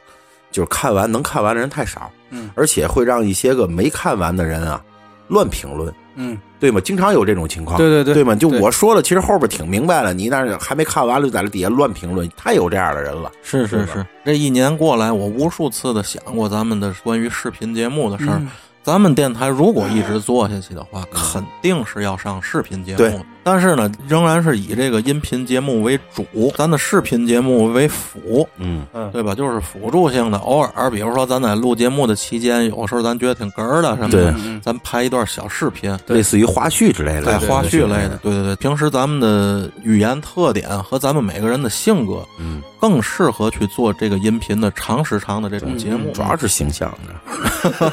B: 就是看完能看完的人太少，
C: 嗯
B: 而且会让一些个没看完的人啊乱评论，
C: 嗯
B: 对吗？经常有这种情况。
C: 对对对
B: 吗？就
C: 对
B: 我说了，其实后边挺明白了，你那是还没看完了，就在这底下乱评论，太有这样的人了。
A: 是是
B: 是
A: 是，这一年过来，我无数次的想过咱们的关于视频节目的事儿。
C: 嗯
A: 咱们电台如果一直做下去的话，肯定是要上视频节目
B: 对
A: 的。但是呢，仍然是以这个音频节目为主，咱的视频节目为辅，
C: 嗯，
A: 对吧？就是辅助性的，偶尔，比如说咱在录节目的期间，有时候咱觉得挺哏儿的什么的
B: 对，
A: 咱拍一段小视频，
B: 类似于花絮之类的，
A: 对花絮类
B: 的
A: 的，对对对，平时咱们的语言特点和咱们每个人的性格，
C: 嗯，
A: 更适合去做这个音频的长时长的这种节目。
B: 主要是形象的，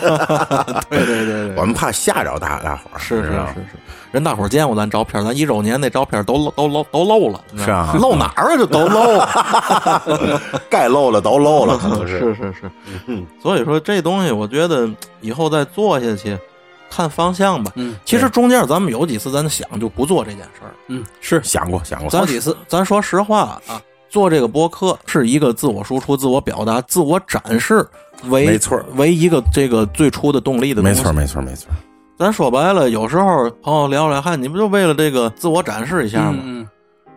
A: 对对对对
B: 我们怕吓着大大伙儿，
A: 是
B: 你
A: 是
B: 知道
A: 是
B: 吗
A: 是，人大伙儿见过咱照片，咱一周年那照片都露都露都露了，你知道吗
B: *laughs* 是啊
A: 露哪儿了就都露了， *laughs*
B: 该露了都露了，可能是。啊
A: 是是。所以说这东西，我觉得以后再做下去，看方向吧。
C: 嗯，
A: 其实中间咱们有几次咱想就不做这件事儿了，
C: 嗯，是
B: 想过想过，
C: 好几次，
A: 咱说实话啊，做这个播客是一个自我输出、自我表达、自我展示为
B: 没错儿
A: 为一个这个最初的动力的东
B: 没
A: 西
B: 错，没错没错，
A: 咱说白了，有时候朋友聊来，嗨，你不就为了这个自我展示一下吗？
C: 嗯，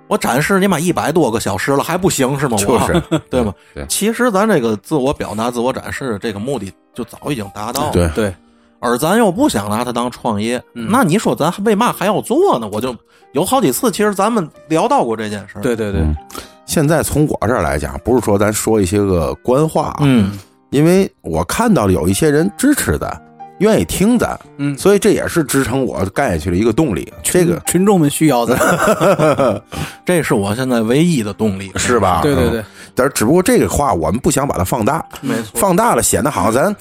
A: 我展示你妈一百多个小时了还不行是吗？
B: 就
A: 我
B: 是
A: *laughs* 对吧？
B: 对
A: 其实咱这个自我表达、自我展示这个目的就早已经达到了，
B: 对
C: 嗯对，
A: 而咱又不想拿它当创业，
C: 嗯
A: 那你说咱为嘛还要做呢？我就有好几次，其实咱们聊到过这件事儿。
C: 对对对，
B: 现在从我这儿来讲，不是说咱说一些个官话，啊
A: 嗯，
B: 因为我看到了有一些人支持咱，愿意听咱，
C: 嗯
B: 所以这也是支撑我干下去的一个动力。这个
C: 群众们需要的，
A: 这是我现在唯一的动力，
B: 是吧？
C: 对对对
B: 嗯，但是只不过这个话我们不想把它放大，
A: 没错，
B: 放大了显得好像咱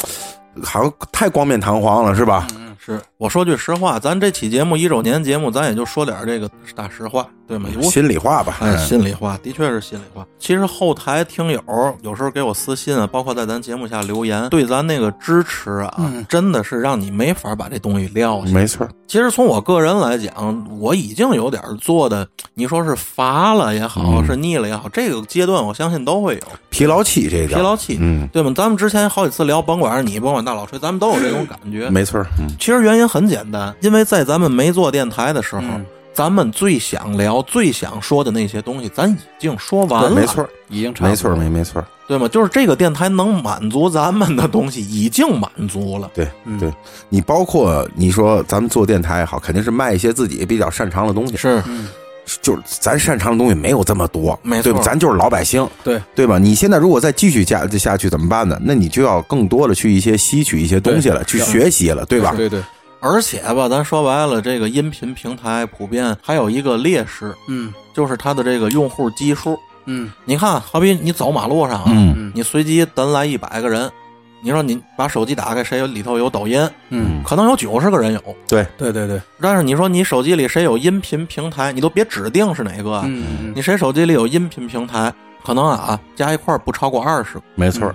B: 好像太光面堂皇了，是吧？
A: 是我说句实话，咱这期节目一周年节目，咱也就说点这个大实话，对吗？无
B: 心里话吧，
A: 嗯哎，
B: 嗯
A: 心里话，的确是心里话。其实后台听友有时候给我私信啊，包括在咱节目下留言，对咱那个支持啊，
C: 嗯
A: 真的是让你没法把这东西撂下。
B: 没错儿，
A: 其实从我个人来讲，我已经有点做的，你说是乏了也好，
B: 嗯
A: 是腻了也好，这个阶段我相信都会有
B: 疲劳期这个
A: 疲劳期，
B: 嗯，
A: 对吗？咱们之前好几次聊，甭管是你，甭管大老锤，咱们都有这种感
B: *laughs*
A: 觉。
B: 没错儿，嗯，
A: 其实原因很简单，因为在咱们没做电台的时候，
C: 嗯
A: 咱们最想聊、最想说的那些东西，咱已经说完了，
B: 对没错儿，
C: 已经差
B: 没
C: 不
B: 错儿，
C: 多
B: 没没错儿，
A: 对吗？就是这个电台能满足咱们的东西，已经满足了。
B: 对对。你包括你说咱们做电台也好，肯定是卖一些自己比较擅长的东西，
A: 是，
B: 就是咱擅长的东西没有这么多，
A: 没错
B: 对吧？咱就是老百姓，
C: 对
B: 对吧？你现在如果再继续下下去怎么办呢？那你就要更多的去一些吸取一些东西了，去学习了，对吧？
C: 对对，
A: 而且吧，咱说白了，这个音频平台普遍还有一个劣势，
C: 嗯
A: 就是它的这个用户基数。
C: 嗯
A: 你看，好比你走马路上啊，
B: 嗯，
C: 嗯
A: 你随机咱来一百个人，你说你把手机打开，谁有里头有抖音，
C: 嗯，
A: 可能有九十个人有，
C: 对对对，
A: 但是你说你手机里谁有音频平台，你都别指定是哪个啊，
C: 嗯
A: 你谁手机里有音频平台，可能啊加一块儿不超过二十，
B: 没错儿，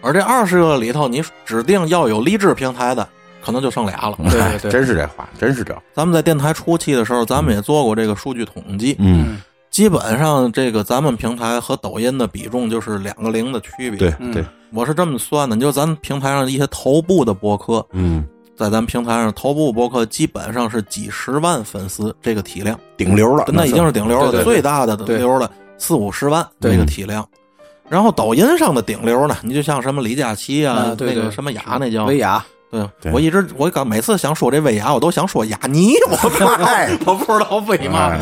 A: 而这二十个里头，你指定要有励志平台的，可能就剩俩了。
C: 对对
B: 哎
C: 对
B: 真是这话，真是这话，
A: 咱们在电台初期的时候，咱们也做过这个数据统计，
B: 嗯，
C: 嗯
A: 基本上这个咱们平台和抖音的比重就是两个零的区别。
B: 对，
C: 嗯
B: 对，
A: 我是这么算的，你就咱们平台上一些头部的播客，
B: 嗯，
A: 在咱们平台上头部播客基本上是几十万粉丝这个体量。
B: 顶流了，
A: 那已经
B: 算
A: 是顶流了，
C: 对对对
A: 最大的顶流了，四五十万这个体量。然后抖音上的顶流呢，你就像什么李佳琦啊
C: 啊，对
A: 那个
C: 对
A: 什么雅那叫，
C: 薇娅，
A: 对
B: 对
A: 我一直我刚每次想说这薇娅，我都想说雅尼，我
C: *laughs*
A: 不知道我不知道为嘛。
B: 哎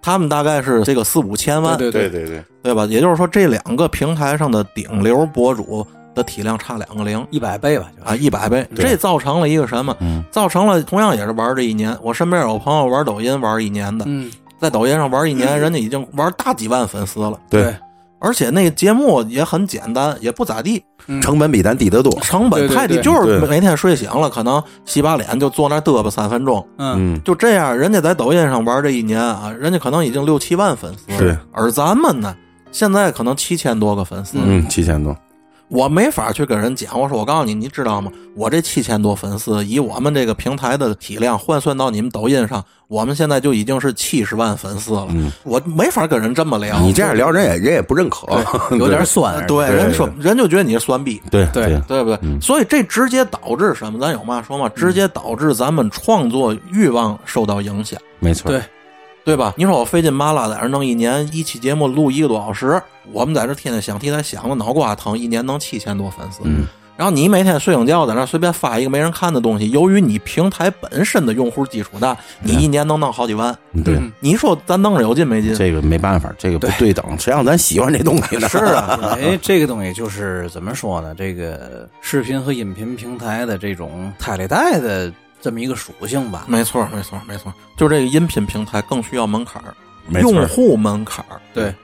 A: 他们大概是这个四五千万，
C: 对对，
B: 对对，
A: 对吧？也就是说，这两个平台上的顶流博主的体量差两个零
C: 一百倍吧，就
A: 啊，一百倍，
B: 对
A: 这造成了一个什么？
B: 嗯
A: 造成了同样也是玩这一年，我身边有朋友玩抖音玩一年的，
C: 嗯
A: 在抖音上玩一年，人家已经玩大几万粉丝了，
B: 对，
A: 而且那个节目也很简单，也不咋地，
B: 成本比咱低得多，
A: 成本
C: 对对
A: 太低，
C: 对
A: 就是
B: 对
A: 每天睡醒了，可能洗把脸就坐那儿嘚吧三分钟，
C: 嗯
B: 嗯，
A: 就这样。人家在抖音上玩这一年啊，人家可能已经六七万粉丝了，
B: 是
A: 而咱们呢，现在可能七千多个粉丝，
B: 嗯，七千多，
A: 我没法去跟人讲，我说我告诉你，你知道吗？我这七千多粉丝，以我们这个平台的体量换算到你们抖音上，我们现在就已经是七十万粉丝了，
B: 嗯
A: 我没法跟人这么聊，
B: 你这样聊人也人也不认可， *laughs*
C: 有点酸，
A: 对，
B: 对
A: 人说人就觉得你是酸逼，
B: 对
C: 对
B: 对
A: 对不对？所以这直接导致什么？咱有嘛说嘛，直接导致咱们创作欲望受到影响，
B: 没错，
C: 对
A: 对
B: 嗯
A: 吧？你说我费劲巴拉在这弄一年，一期节目录一个多小时，我们在这天天想题材想的脑瓜疼，一年能七千多粉丝，
B: 嗯
A: 然后你每天睡醒觉在那儿随便发一个没人看的东西，由于你平台本身的用户基础大，你
B: 嗯
A: 一年能弄好几万。
B: 对，
A: 你说咱弄着有劲没劲？
B: 这个没办法，这个不对等，谁让咱喜欢这东西呢？
A: 是啊，
C: 因为哎这个东西就是怎么说呢？这个视频和音频平台的这种太累带的这么一个属性吧。
A: 没错，没错，没错，就这个音频平台更需要门槛儿，
B: *laughs* 没错
A: 用户门槛儿。
C: 对，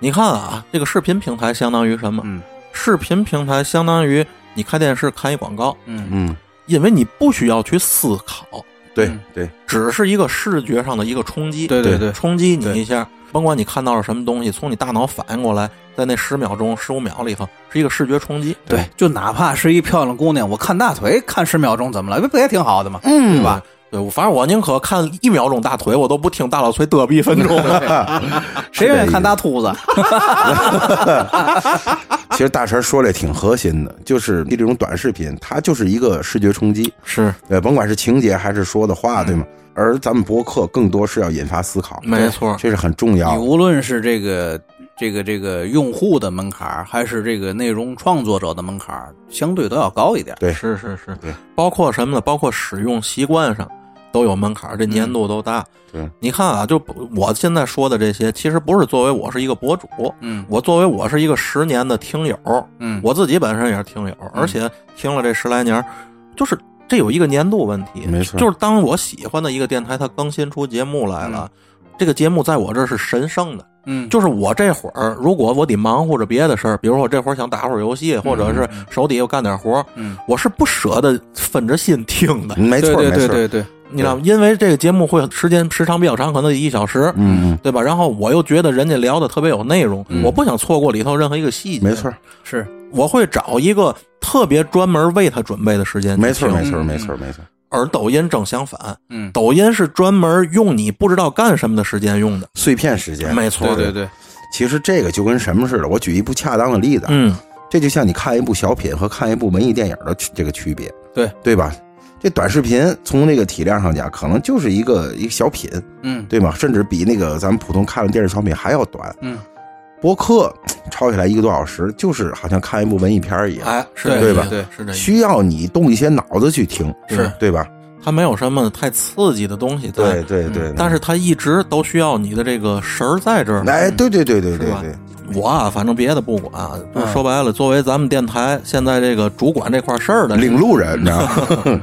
A: 你看啊，这个视频平台相当于什么？
C: 嗯
A: 视频平台相当于你看电视看一广告，
C: 嗯
B: 嗯，
A: 因为你不需要去思考，
B: 对
C: 嗯
B: 对，
A: 只是一个视觉上的一个冲击，
C: 对对对
A: 冲击你一下，甭管你看到了什么东西，从你大脑反应过来，在那十秒钟、十五秒里头是一个视觉冲击，
C: 对，就哪怕是一漂亮姑娘，我看大腿看十秒钟怎么了？不不也挺好的吗？
B: 嗯
C: 对吧？
A: 对，我反正我宁可看一秒钟大腿，我都不听大老崔嘚逼一分钟。
C: 谁愿意看大秃 *laughs* 子？
B: 其实大神说的挺核心的，就是这种短视频，它就是一个视觉冲击，
A: *laughs* 是，
B: 对，甭管是情节还是说的话，对吗？而咱们博客更多是要引发思考，
A: 没错，
B: 这是很重要
C: 你
B: 的。
C: 无论是这个这个这个用户的门槛儿，还是这个内容创作者的门槛儿，相对都要高一点。
B: 对
A: 是是是
B: 对，
A: 包括什么呢？包括使用习惯上都有门槛儿，这粘度都大。
B: 嗯对，
A: 你看啊，就我现在说的这些，其实不是作为我是一个博主，
C: 嗯
A: 我作为我是一个十年的听友，
C: 嗯，
A: 我自己本身也是听友，
B: 嗯
A: 而且听了这十来年儿，就是这有一个粘度问题，
B: 没错
A: 就是当我喜欢的一个电台它更新出节目来了，
B: 嗯
A: 这个节目在我这儿是神圣的，
C: 嗯
A: 就是我这会儿如果我得忙活着别的事儿，比如说我这会儿想打会儿游戏，或者是手底下干点活儿，
C: 嗯，
A: 我是不舍得分着心听的，
B: 没
C: 对
B: 错，
C: 对
B: 没
C: 对
B: 错，
C: 对对，
A: 你知道吗？因为这个节目会时间时长比较长，可能得一小时，
B: 嗯嗯，
A: 对吧？然后我又觉得人家聊的特别有内容，我不想错过里头任何一个细节，
B: 没错，
C: 是
A: 我会找一个特别专门为他准备的时间去听。
B: 没错，没错，
C: 嗯
B: 没错，没错，
A: 而抖音正相反，
C: 嗯，
A: 抖音是专门用你不知道干什么的时间用的。
B: 碎片时间，
A: 没错，
C: 对对对，
B: 其实这个就跟什么似的，我举一不恰当的例子啊，
A: 嗯，
B: 这就像你看一部小品和看一部文艺电影的区这个区别，
C: 对
B: 对吧？这短视频从这个体量上讲，可能就是一个一个小品，
C: 嗯
B: 对吗？甚至比那个咱们普通看的电视小品还要短。
C: 嗯，
B: 播客嘖抄起来一个多小时，就是好像看一部文艺片儿一样，
A: 哎，是
C: 对
A: 这
B: 吧
A: 意思
C: 对
A: 是这意思。
B: 需要你动一些脑子去听，
A: 是
B: 对吧？
A: 它没有什么太刺激的东西在，
B: 对对对。
A: 嗯但是它一直都需要你的这个神儿在这儿。
B: 哎，对对对对对
A: 是吧
B: 对，
A: 我啊，反正别的不管，就是说白了，作为咱们电台现在这个主管这块事儿的，
B: 领路人，你知道
A: *laughs*
B: 吗？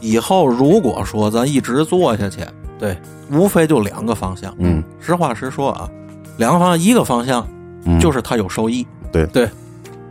A: 以后如果说咱一直做下去，
C: 对，
A: 无非就两个方向。
B: 嗯，
A: 实话实说啊，两个方向，一个方向
B: 嗯
A: 就是它有收益，
B: 对
C: 对，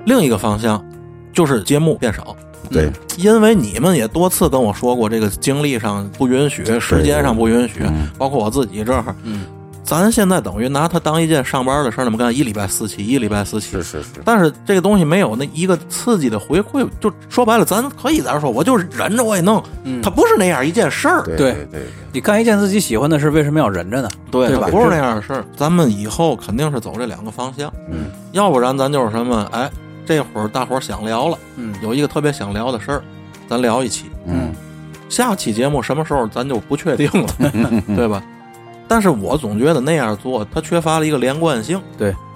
A: 另一个方向就是节目变少，
B: 对，
A: 因为你们也多次跟我说过，这个精力上不允许，时间上不允许，包括我自己这儿，
C: 嗯，
A: 咱现在等于拿它当一件上班的事儿那么干，一礼拜四期，一礼拜四期
B: 是。是是，
A: 但是这个东西没有那一个刺激的回馈，就说白了，咱可以咱说，我就是忍着我也弄，它不是那样一件事儿，
B: 对
C: 对
B: 对对，
C: 你干一件自己喜欢的事，为什么要忍着呢？
A: 对
C: 对
A: 它
C: 吧
A: 不是那样的事儿。咱们以后肯定是走这两个方向，
B: 嗯，
A: 要不然咱就是什么，哎，这会儿大伙儿想聊了，
C: 嗯
A: 有一个特别想聊的事儿，咱聊一期。
B: 嗯，
A: 下期节目什么时候咱就不确定了，
B: *laughs*
A: 对吧？但是我总觉得那样做，它缺乏了一个连贯性。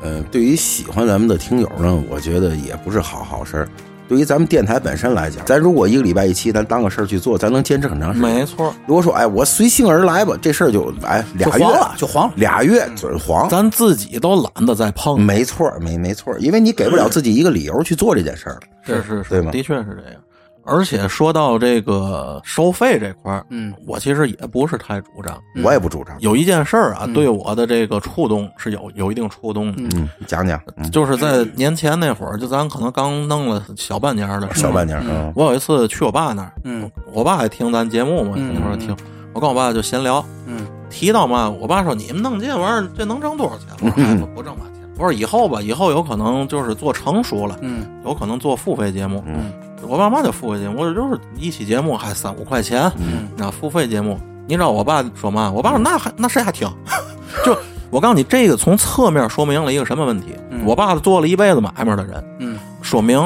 B: 呃，对于喜欢咱们的听友呢，我觉得也不是好好事儿。对于咱们电台本身来讲，咱如果一个礼拜一期，咱当个事儿去做，咱能坚持很长时间。
A: 没错，
B: 如果说，哎，我随性而来吧，这事儿就哎
C: 就
B: 俩
C: 黄
B: 月
C: 了，就黄了。
B: 俩月准黄。
A: 咱自己都懒得再碰。
B: 没错儿，没没错儿，因为你给不了自己一个理由去做这件事儿。
A: 是是
B: 对
A: 是，
B: 吧
A: 的确是这样。而且说到这个收费这块儿，
C: 嗯
A: 我其实也不是太主张。
B: 我也不主张。
A: 有一件事儿啊，对我的这个触动是有有一定触动的，
B: 嗯，讲讲，嗯，
A: 就是在年前那会儿，就咱可能刚弄了小半年儿的时
B: 小
A: 候，
B: 半年儿，嗯
A: 我有一次去我爸那儿，
C: 嗯
A: 我爸也听咱节目嘛，
C: 嗯
A: 那会儿听，我跟我爸就闲聊，
C: 嗯
A: 提到嘛，我爸说你们弄这玩意儿，这能挣多少钱？我说哎不不挣嘛钱。我说以后吧，以后有可能就是做成熟了，
C: 嗯
A: 有可能做付费节目。
B: 嗯，
A: 我爸妈就付费节目，我就是一期节目还三五块钱，
C: 嗯
A: 那付费节目，你知道我爸说嘛？我爸说那还那谁还听？ *laughs* 就我告诉你，这个从侧面说明了一个什么问题？
C: 嗯
A: 我爸做了一辈子买卖的人，
C: 嗯
A: 说明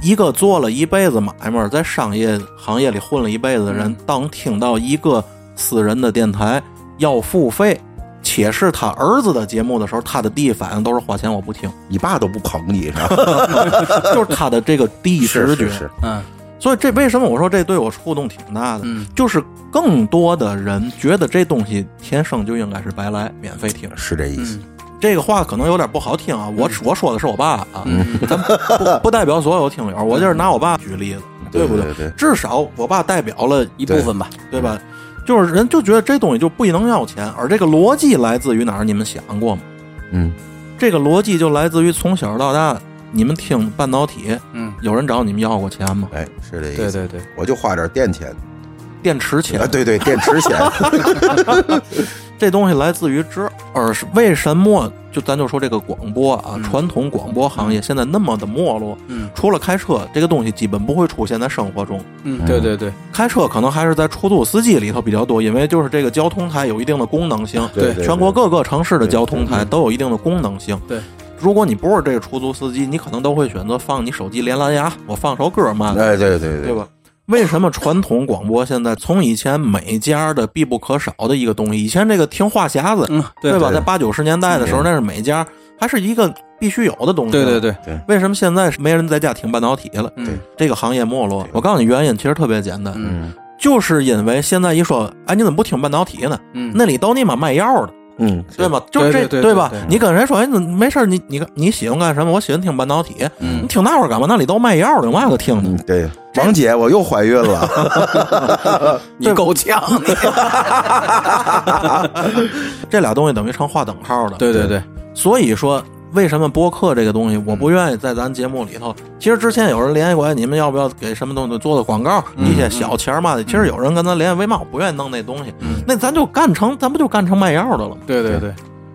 A: 一个做了一辈子买卖，在商业行业里
B: 嗯
A: 混了一辈子的人，当听到一个私人的电台要付费，且是他儿子的节目的时候，他的第一反应都是花钱我不听， *laughs*
B: 你爸都不捧你，你知道吗？
A: 就是他的这个第一直
B: 是
A: 觉。
B: 是是，
C: 嗯
A: 所以这为什么我说这对我触动挺大的？
C: 嗯
A: 就是更多的人觉得这东西天生就应该是白来，免费听。
B: 是这意思。
C: 嗯
A: 这个话可能有点不好听啊，我我说的是我爸啊，咱不不代表所有听友，我就是拿我爸举例子，
B: 对
A: 不
B: 对对对
A: 至少我爸代表了一
C: 一部分吧，
A: 对吧？就是人就觉得这东西就不能要钱，而这个逻辑来自于哪儿？你们想过吗？
B: 嗯，
A: 这个逻辑就来自于从小到大，你们听半导体，
C: 嗯，
A: 有人找你们要过钱吗？
B: 哎，是这意思。
C: 对对对，
B: 我就花点电钱
A: 电池钱
B: 啊，，对对，电池钱。
A: 这东西来自于之而是为什么？就咱就说这个广播啊，
C: 嗯
A: 传统广播行业现在那么的没落，
C: 嗯
A: 除了开车，这个东西基本不会出现在生活中。
C: 嗯，对对对，
A: 开车可能还是在出租司机里头比较多，因为就是这个交通台有一定的功能性，
B: 对对对
A: 全国各个城市的交通台都有一定的功能性。
C: 对对
A: 如果你不是这个出租司机，你可能都会选择放你手机连蓝牙，我放首歌嘛，
B: 哎，对对
A: 对吧？为什么传统广播现在从以前每家的必不可少的一个东西？以前这个听话匣子，
C: 嗯对
A: 吧？
B: 对
A: 在八九十年代的时候，
B: 嗯
A: 那是每家还是一个必须有的东西。
C: 对对。对，
A: 为什么现在没人在家听半导体了？
C: 嗯
A: 这个行业没落
B: 对。
A: 我告诉你，原因其实特别简单，
C: 嗯
B: 嗯
A: 就是因为现在一说，哎，你怎么不听半导体呢？
C: 嗯，
A: 那里都你妈卖药的，
B: 嗯，
A: 对吗？就是
C: 对
A: 这，
C: 对对
A: 吧
C: 对对？
A: 你跟人说，哎，你怎么没事儿你你你喜欢干什么？我喜欢听半导体。
C: 嗯
A: 你听那会儿干嘛？那里都卖药的，有嘛可听的
B: 嗯？对，王姐，我又怀孕了。
C: 你够呛，你
A: 这俩东西等于成划等号了。
C: 对对对，
A: 所以说，为什么播客这个
B: 嗯
A: 东西，我不愿意在咱节目里头。其实之前有人联系过，哎你们要不要给什么东西做做广告，
B: 嗯
A: 一些小钱儿嘛的。其实有人跟咱联系，为嘛我不愿意弄那东西？
B: 嗯
A: 那咱就干成，咱不就干成卖药的了吗？
C: 对对对，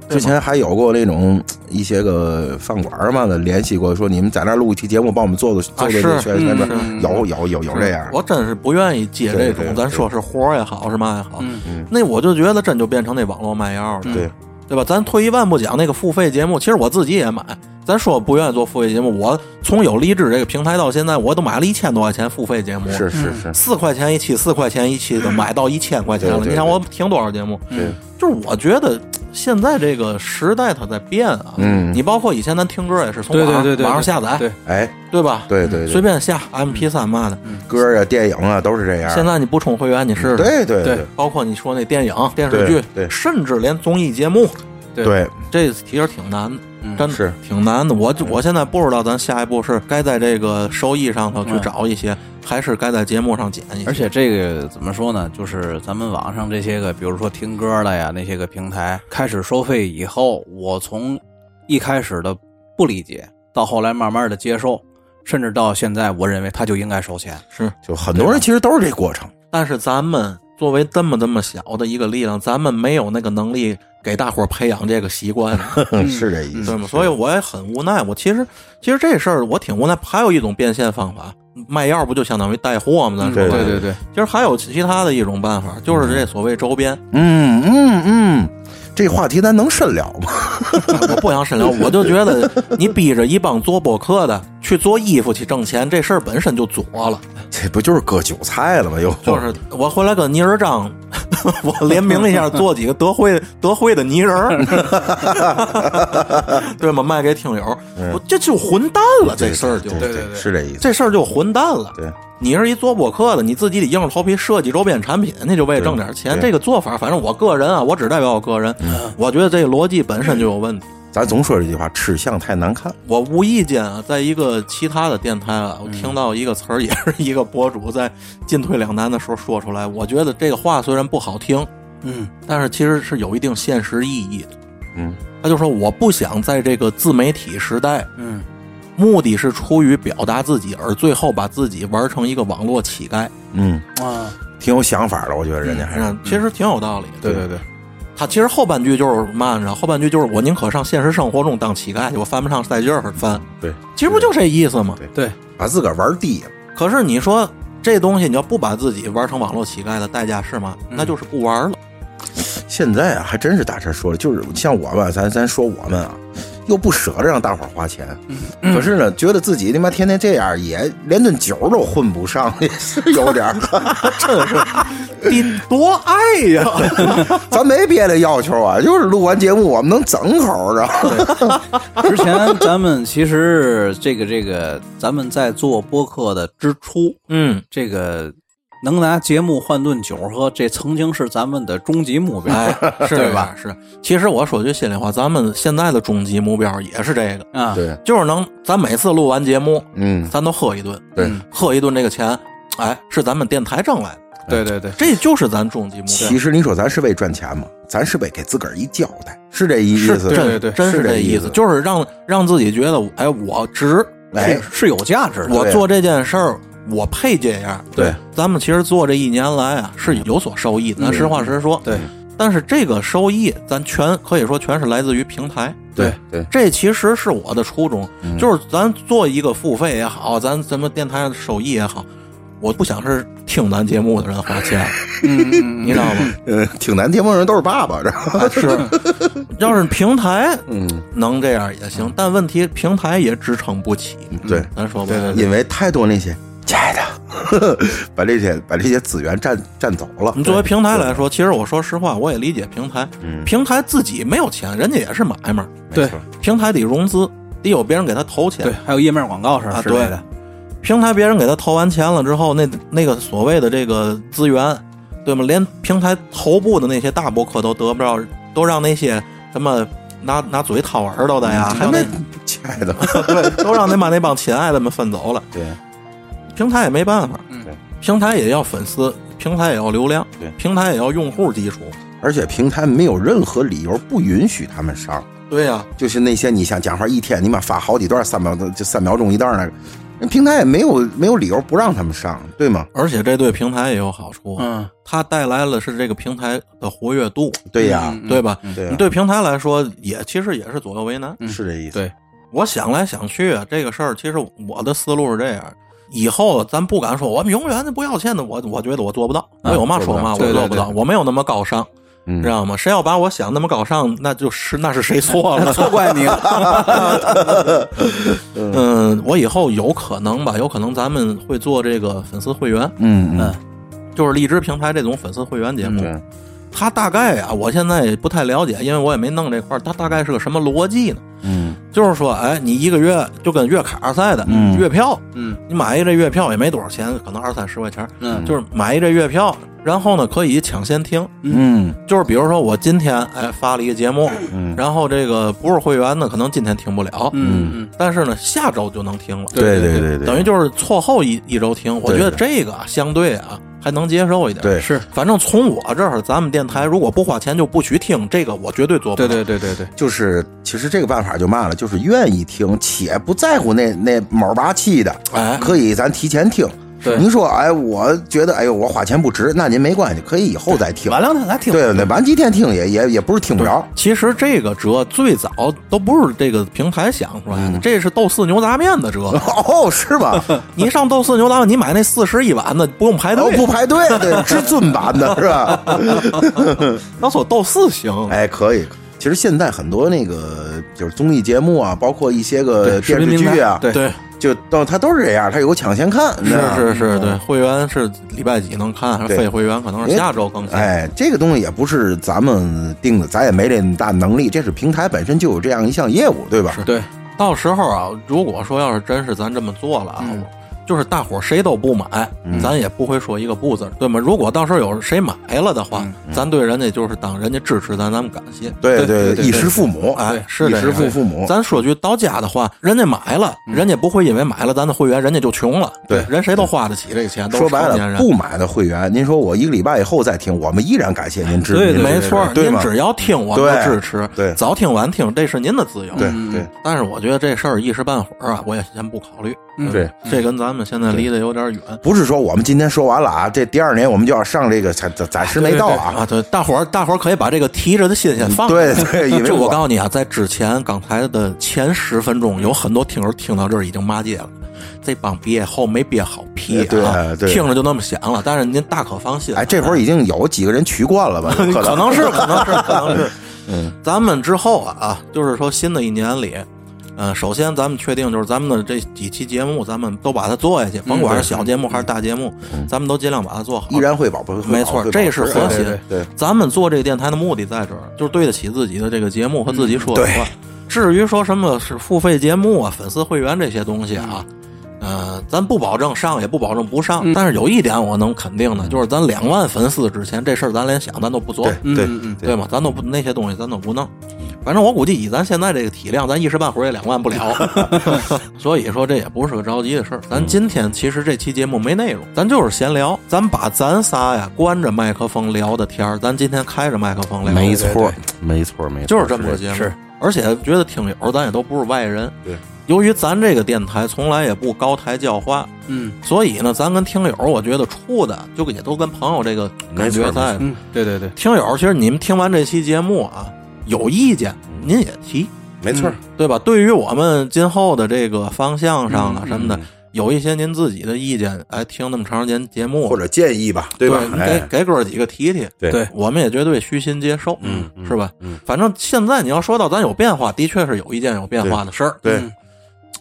B: 之前还有过那种一些个饭馆嘛的联系过，说你们在那儿录一期节目，帮我们做做做做
A: 是
B: 宣宣传，
C: 嗯
B: 有有有有这样。
A: 我真是不愿意接这
B: 对对
A: 种，
B: 对
A: 咱说是活儿也好，是嘛也好。
C: 嗯
A: 那我就觉得真就变成那网络卖药了，
B: 对，
A: 对吧？咱退一万步讲，那个付费节目，其实我自己也买。咱说不愿意做付费节目，我从有励志这个平台到现在，我都买了一千多块钱付费节目，
B: 是是是，
A: 四块钱一期，四块钱一期的，买到一千块钱了。
B: 对对对
A: 你想我听多少节目？
B: 对，
A: 就是我觉得现在这个时代它在变啊。
B: 嗯
A: 你包括以前咱听歌也是从
C: 对
A: 网
C: 对
A: 上
C: 对对，
A: 网上
C: 对
A: 下载，
C: 对，
B: 哎，
A: 对吧？
B: 对对嗯
A: 随
B: 对，
A: 便下 MP 三嘛的。
B: 歌啊、电影啊都是这样。
A: 现在你不充会员，你试试。
B: 对对
C: 对
B: 对
A: 包括你说那电影、电视剧，
B: 对对
A: 甚至连综艺节目，
C: 对
B: 对，
A: 这其实挺难的，
C: 嗯
A: 真的
B: 是嗯
A: 挺难的。我我现在不知道咱下一步是该在这个收益上头去
C: 嗯
A: 找一些，还是该在节目上捡一些。
C: 而且这个怎么说呢？就是咱们网上这些个，比如说听歌的呀，那些个平台开始收费以后，我从一开始的不理解，到后来慢慢的接受，甚至到现在，我认为他就应该收钱。
A: 是，
B: 就很多人其实都是这过程。
A: 但是咱们作为这么这么小的一个力量，咱们没有那个能力给大伙儿培养这个习
B: *laughs*
A: 惯，
B: 嗯，是这意
A: 对
B: 思。
A: 吗？所以我也很无奈。我其实其实这事儿我挺无奈。还有一种变现方法，卖药不就相当于带货吗？咱说
B: 对
A: 白了
B: 嗯对
C: 对对，
A: 其实还有其他的一种办法，就是这所谓周边。 *laughs*
B: 嗯嗯嗯，这话题咱能深聊吗？
A: 我不想深聊，我就觉得你逼着一帮做播客的去做衣服去挣钱，这事儿本身就左了。
B: 这不就是割韭菜了吗？又
A: 就是我回来跟泥人张， *laughs* 我联名一下，做几个德惠德惠的泥人
B: *laughs*
A: 儿对吗？卖给听友，我这就混蛋了，这事儿就
B: 对
C: 对对
B: 是这意思。
A: 这事儿就混蛋了。
B: 对，
A: 你是一做播客的，你自己得硬着头皮设计周边产品，那就为挣点钱。
B: 对嗯
A: 这个做法，反正我个人啊，我只代表我个人，我觉得这个逻辑本身就有问题。
B: 咱总说这句话，吃相太难看。
A: 我无意间啊，在一个其他的电台啊，我听到一个词儿，也是一个博主在进退两难的时候说出来。我觉得这个话虽然不好听，
C: 嗯
A: 但是其实是有一定现实意义的。
B: 嗯，
A: 他就说我不想在这个自媒体时代，
C: 嗯
A: 目的是出于表达自己，而最后把自己玩成一个网络乞丐。
B: 嗯，
C: 啊，
B: 挺有想法的，我觉得人家还是。
A: 嗯，其实挺有道理的。
C: 对对对，
A: 他其实后半句就是嘛，你知道，后半句就是我宁可上现实生活中当乞丐去，我犯不上赛季儿翻。
B: 对，
A: 其实不就这意思吗？
B: 对
C: 对，
B: 把自个儿玩低了。
A: 可是你说这东西，你要不把自己玩成网络乞丐的代价是吗？那就是不玩了。
B: 现在啊，还真是大山说了，就是像我们，咱咱说我们啊，又不舍得让大伙儿花钱，可是呢，觉得自己他妈天天这样也连顿酒都混不上，也是有点儿。 *laughs*
A: 你多爱呀！
B: 咱没别的要求啊，就是录完节目我们能整口啊的。
C: 之前咱们其实这个这个，咱们在做播客的之初，
A: 嗯，
C: 这个能拿节目换顿酒喝，这曾经是咱们的终极目标，
A: 哎，是
C: 对
A: 这样？
C: 吧？
A: 是。其实我说句心里话，咱们现在的终极目标也是这个，
C: 啊，
B: 对，
A: 就是能咱每次录完节目，
B: *laughs* 嗯，
A: 咱都喝一顿，
B: 对
A: 嗯，喝一顿这个钱，哎，是咱们电台挣来的，
C: 对对对，
A: 这就是咱终极目标。
B: 其实你说咱是为赚钱吗？咱是为给自个儿一交代，是这意思？
A: 真
C: 对
A: 真
B: 是
A: 是
B: 这
A: 意
B: 思。
A: 就是让让自己觉得，哎，我值，
B: 哎
C: 是是有价值的。
A: 我做这件事儿，我配这样。
B: 对，
A: 咱们其实做这一年来啊，是有所收益的，咱实话实说。
C: 对，
A: 但是这个收益，咱全可以说全是来自于平台。
B: 对对，
A: 这其实是我的初衷，就是咱做一个付费也好，咱咱们电台上的收益也好，我不想是听咱节目的人花钱，
C: 嗯，
A: 你知道吗？
B: 呃，挺难。节目人都是爸爸，这
A: 哎是， *laughs* 要是平台
B: 嗯，
A: 能这样也行，但问题平台也支撑不起。
B: 嗯对，
A: 咱说吧，
C: 对对
B: 因为太多那些亲爱的，呵呵把这些把这些资源占占走了。
A: 你作为平台来说，其实我说实话，我也理解平台，
B: 嗯
A: 平台自己没有钱，人家也是买卖，
C: 对
B: 没错
A: 平台得融资，得有别人给他投钱。
C: 对，还有页面广告是
A: 啊
C: 之类的，
A: 平台别人给他投完钱了之后，那那个所谓的这个资源，对吗？连平台头部的那些大博客都得不到，都让那些什么拿拿嘴掏耳朵的呀，还
B: 还
A: 有
B: 没
A: 那
B: 亲爱的，
A: 对，都让那把那帮亲爱的们分走了。
B: 对，
A: 平台也没办法，
C: 嗯
B: 对，
A: 平台也要粉丝，平台也要流量，
B: 对
A: 平台也要用户基础，
B: 而且平台没有任何理由不允许他们上。
A: 对呀、
B: 就是那些你想讲话一天，你妈发好几段三秒的，就三秒钟一段那个，那平台也没有没有理由不让他们上，对吗？
A: 而且这对平台也有好处，
C: 嗯，
A: 它带来了是这个平台的活跃度，
B: 对呀，
C: 嗯
A: 对吧？
B: 对啊呀
A: 你，对平台来说也其实也是左右为难。
C: 嗯
B: 是这意思。
C: 对
A: 我想来想去啊，这个事儿其实我的思路是这样：以后咱不敢说我们永远的不要钱的，我我觉得我做不到，我有嘛说嘛，
C: 啊做
A: 我
C: 不到
A: 做不到，
C: 对对
A: 我没有那么高尚，
B: 嗯
A: 知道吗？谁要把我想那么高尚，那就是那是谁错 *laughs* 了？
C: 错怪你了。
A: 嗯，我以后有可能吧，有可能咱们会做这个粉丝会员，
B: 嗯嗯，
C: 嗯
A: 就是荔枝平台这种粉丝会员节目。
B: 对，
A: 它大概啊，我现在也不太了解，因为我也没弄这块儿。它大概是个什么逻辑呢？
B: 嗯
A: 就是说，哎，你一个月就跟月卡似的，
B: 嗯
A: 月票，
C: 嗯
A: 你买一这月票也没多少钱，可能二三十块钱，
C: 嗯
A: 就是买一这月票，然后呢可以抢先听。
B: 嗯
A: 就是比如说我今天哎发了一个节目，
B: 嗯，
A: 然后这个不是会员的，可能今天听不了，
C: 嗯
A: 但是呢下周就能听了。
B: 对
C: 对
B: 对对，
A: 等于就是错后一一周听，我
B: 对
A: 觉得
B: 对
A: 这个啊相对啊还能接受一点。
B: 对
C: 是，
A: 反正从我这儿，咱们电台如果不花钱就不许听，这个我绝对做不
C: 对
A: 到。
C: 对对对对，
B: 就是其实这个办法就嘛了，就是愿意听且不在乎那那毛八气的，
A: 哎
B: 可以咱提前听。
C: 对
B: 您说，哎，我觉得，哎呦，我花钱不值，那您没关系，可以以后再听。
C: 晚两天咱听。
B: 对对，晚几天听也也也不是听不着。
A: 其实这个折最早都不是这个平台想出
B: 嗯
A: 来的，这是豆四牛杂面的
B: *laughs*
A: 折。
B: 哦，是吧？
A: 你上豆四牛杂面，你买那四十一碗的，不用排
B: 哦，
A: 队。
B: 不排队，对，至尊版的是吧？
A: 那说豆四行，
B: 哎，可以。其实现在很多那个就是综艺节目啊，包括一些个
C: 对
B: 电视
C: 视频
B: 剧啊，
C: 平台对
A: 对，
B: 就都它都是这样，它有个抢先看，你知
A: 是
B: 道吗
A: 是是，对，会员是礼拜几能看，
B: 嗯对
A: 非会员可能是下周更新。
B: 哎，这个东西也不是咱们定的，咱也没这么大能力，这是平台本身就有这样一项业务，对吧？
C: 对，
A: 到时候啊，如果说要是真是咱这么做了啊，
C: 嗯
A: 就是大伙儿谁都不买，
B: 嗯
A: 咱也不会说一个不字儿，对吗？如果到时候有谁买了的话，
B: 嗯
A: 咱对人家就是当人家支持咱，咱们感谢。
B: 对
C: 对对对
B: 衣食父母，
A: 哎
B: 对
A: 是
B: 衣
A: 这
B: 食
A: 样
B: 父父母，
A: 咱说句到家的话，人家买了，人家不会因为买了咱的会员，人家就穷了。
B: 嗯对
A: 人谁都花得起这个钱，都
B: 说
A: 是
B: 白
A: 成年
B: 了，
A: 人。
B: 不买的会员，您说我一个礼拜以后再听，我们依然感谢您支持，
C: 对对对
A: 没错儿，
B: 对
A: 您
B: 吗？
A: 只要听，我们
B: 对
A: 就支持。
B: 对
A: 早听晚听，这是您的自由。
B: 对对
A: 但是我觉得这事儿一时半会儿啊，我也先不考虑。
C: 嗯
B: 对，
A: 这跟咱们现在离得有点远。
B: 不是说我们今天说完了啊，这第二年我们就要上这个，暂暂暂时没到啊。
A: 啊，对，大伙儿大伙儿可以把这个提着的心先放。
B: 对对， *laughs* 因为
A: 就我告诉你啊，在之前刚才的前十分钟，有很多听友听到这儿已经骂街了。这帮毕业后没憋好屁啊，
B: 对对
A: 听着就那么想了。但是您大可放心， *laughs*
B: 哎，这会儿已经有几个人取关了吧？有
A: 可
B: 可能
A: 能是，可能是，可能是。
D: 嗯
A: *laughs* 咱们之后啊啊，就是说新的一年里，呃，首先咱们确定就是咱们的这几期节目，咱们都把它做下去，甭管是小节目还是大节目，咱们都尽量把它做好。
B: 嗯依然会保不会保
A: 没错
B: 会保
A: 这是
B: 持
A: 核
B: 啊对
A: 心
B: 对对，
A: 咱们做这电台的目的在这儿，就是对得起自己的这个节目和
B: 嗯
A: 自己说的话。至于说什么是付费节目啊、粉丝会员这些东西啊，
B: 嗯
A: 呃，咱不保证上，也不保证不上。但是有一点我能肯定的，就是咱两万粉丝之前这事儿，咱连想咱都不做。
B: 嗯对对
C: 嗯
A: 对吗？咱都不那些东西，咱都不弄。反正我估计以咱现在这个体量，咱一时半会儿也两万
D: *laughs*
A: 不了。 *laughs* 所以说这也不是个着急的事儿。咱今天其实这期节目没内容，咱就是闲聊。咱把咱仨呀关着麦克风聊的天儿，咱今天开着麦克风聊，
D: 没错，没错，没错，
A: 就是这么个节目。
C: 是，
A: 而且觉得听友咱也都不是外人。
B: 对，
A: 由于咱这个电台从来也不高抬轿话，
C: 嗯
A: 所以呢，咱跟听友我觉得处的就也都跟朋友这个感觉
D: 没错
A: 在。
C: 嗯，对对对，
A: 听友，其实你们听完这期节目啊，有意见您也提，
B: 没错，
A: 对吧？对于我们今后的这个方向上啊什么的，有一些您自己的意见，哎，听那么长时间节目，
B: 或者建议吧，对
A: 对
B: 吧？
A: 给
B: 哎，
A: 给哥儿几个提提，
B: 对
C: 对
A: 我们也绝对虚心接受，
D: 嗯嗯
A: 是吧？
D: 嗯
A: 反正现在你要说到咱有变化，的确是有一件有变化的事儿，
B: 对
A: 嗯，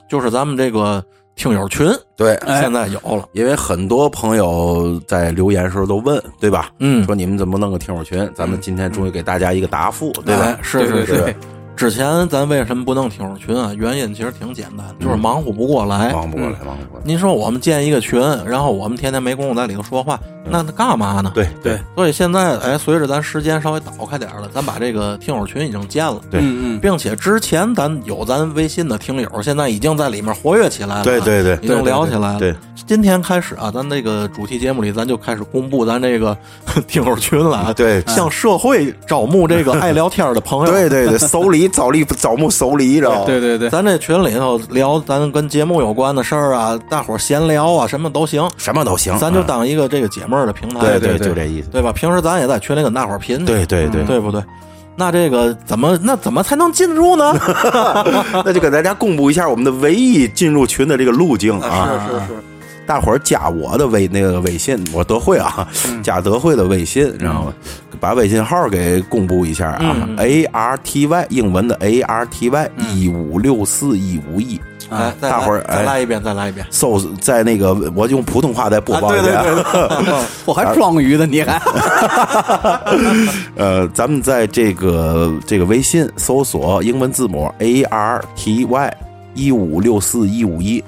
A: 就是咱们这个听友群
B: 对，
C: 哎
A: 现在有了，
D: 因为很多朋友在留言时候都问，对吧？
A: 嗯，
D: 说你们怎么弄个听友群？咱们今天终于给大家一个答复，对吧
A: 哎？是
C: 对
A: 是
C: 对
A: 是
C: 对。
A: 之前咱为什么不弄听友群啊？原因其实挺简单，就是忙活不过来。
D: 忙不过来，忙不过来。
A: 您说我们建一个群，然后我们天天没工夫在里头说话，
B: 嗯
A: 那那干嘛呢？，
D: 对
C: 对
A: 所以现在哎，随着咱时间稍微倒开点儿了，咱把这个听友群已经建了，
D: 对
C: 嗯嗯，
A: 并且之前咱有咱微信的听友，现在已经在里面活跃起来了，
B: 对对对
A: 已经聊起来了。
B: 对对对
A: 今天开始啊，咱这个主题节目里，咱就开始公布咱这个 *laughs* 听友群了啊，
B: 对
A: 向社会招募这个爱聊天的朋友，
B: 对
A: *laughs*
B: 对对，搜梨早立早木搜梨，知道吗？
C: 对对对，
A: 咱这群里头聊咱跟节目有关的事儿啊，大伙儿闲聊啊，什么都行，
D: 什么都行，
A: 咱就
D: 嗯
A: 当一个这个解闷儿的平台，
D: 对
A: 对嗯
D: 就这意思。
A: 吧？平时咱也在群里跟大伙儿贫，
D: 对对对，
A: 对不对？那这个怎么那怎么才能进入
B: *laughs*
A: 呢？
B: 那就给大家公布一下我们的唯一进入群的这个路径啊！
A: 是是是，
B: 大伙儿加我的微那个微信，我德惠啊，加德惠的微信，然后把微信号给公布一下啊
A: 嗯
B: ，A R T Y 英文的 A R T Y 一五六四一五一，
A: 哎，再来
B: 大伙儿
A: 再
B: 哎
A: 来一遍，再来一遍。
B: 搜在那个我用普通话再播报一遍啊，
C: *laughs* 我还装鱼呢，你还
B: *laughs* 呃，咱们在这个这个微信搜索英文字母 A R T Y 一五六四一五一，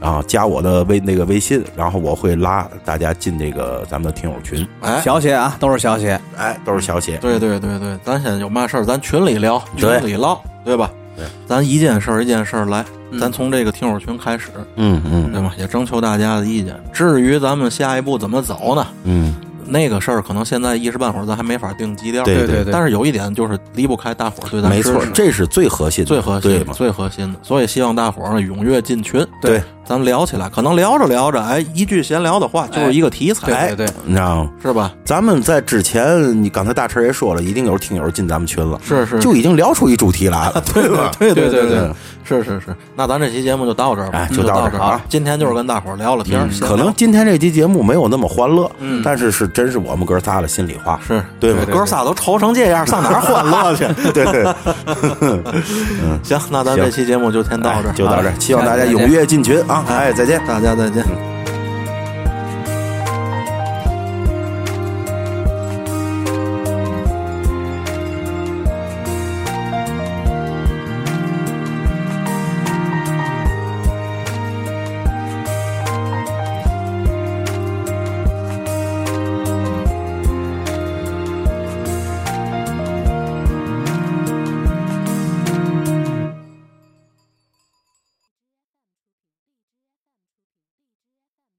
B: 啊，加我的微那个微信，然后我会拉大家进这个咱们的听友群。
A: 哎，
C: 小写啊，都是小写，
B: 哎，都是小写。
A: 对对对对，咱现在有嘛事儿，咱群里聊，群
B: 对
A: 里唠，对吧？
B: 对，嗯
A: 咱一件事儿一件事儿来，咱从这个听友群开始，
D: 嗯嗯
A: 对吗？也征求大家的意见。至于咱们下一步怎么走呢？
D: 嗯，
A: 那个事儿可能现在一时半会儿咱还没法定基调。
B: 对
C: 对对，
A: 但是有一点就是离不开大伙儿对咱
B: 没
A: 支
B: 错
A: 持，
B: 这是最核心的，
A: 最核
B: 对
A: 心、
B: 吗？
A: 最核心的。所以希望大伙儿呢踊跃进群，
B: 对，
A: 咱们聊起来，可能聊着聊着，哎，一句闲聊的话就是一个题材，
C: 对对对，
B: 你知道吗？
A: 是吧？
B: 咱们在之前，你刚才大陈也说了，一定有听友进咱们群了，
A: 是是
B: 就已经聊出一主题来了， *laughs* 对吧？
A: 对对
C: 对对
A: 对，是是是。那咱这期节目就到这儿吧
B: 哎，
A: 就
B: 就到
A: 这
B: 这
A: 儿
B: 儿啊。嗯
A: 今天就是跟大伙儿聊了天儿，闲聊
B: 可能今天这期节目没有那么欢乐，但是是真是我们哥仨的心里话，
A: 是
B: 嗯对吧？
A: 哥仨都愁成这样，上哪儿欢
B: *laughs*
A: 乐去？
B: 对对，
A: 行，那咱这期节目就先到这儿，
B: 哎就到这
A: 好
B: 儿
A: 嘞，
B: 希望大家踊跃进群啊！哎，再见。
A: 大家再见。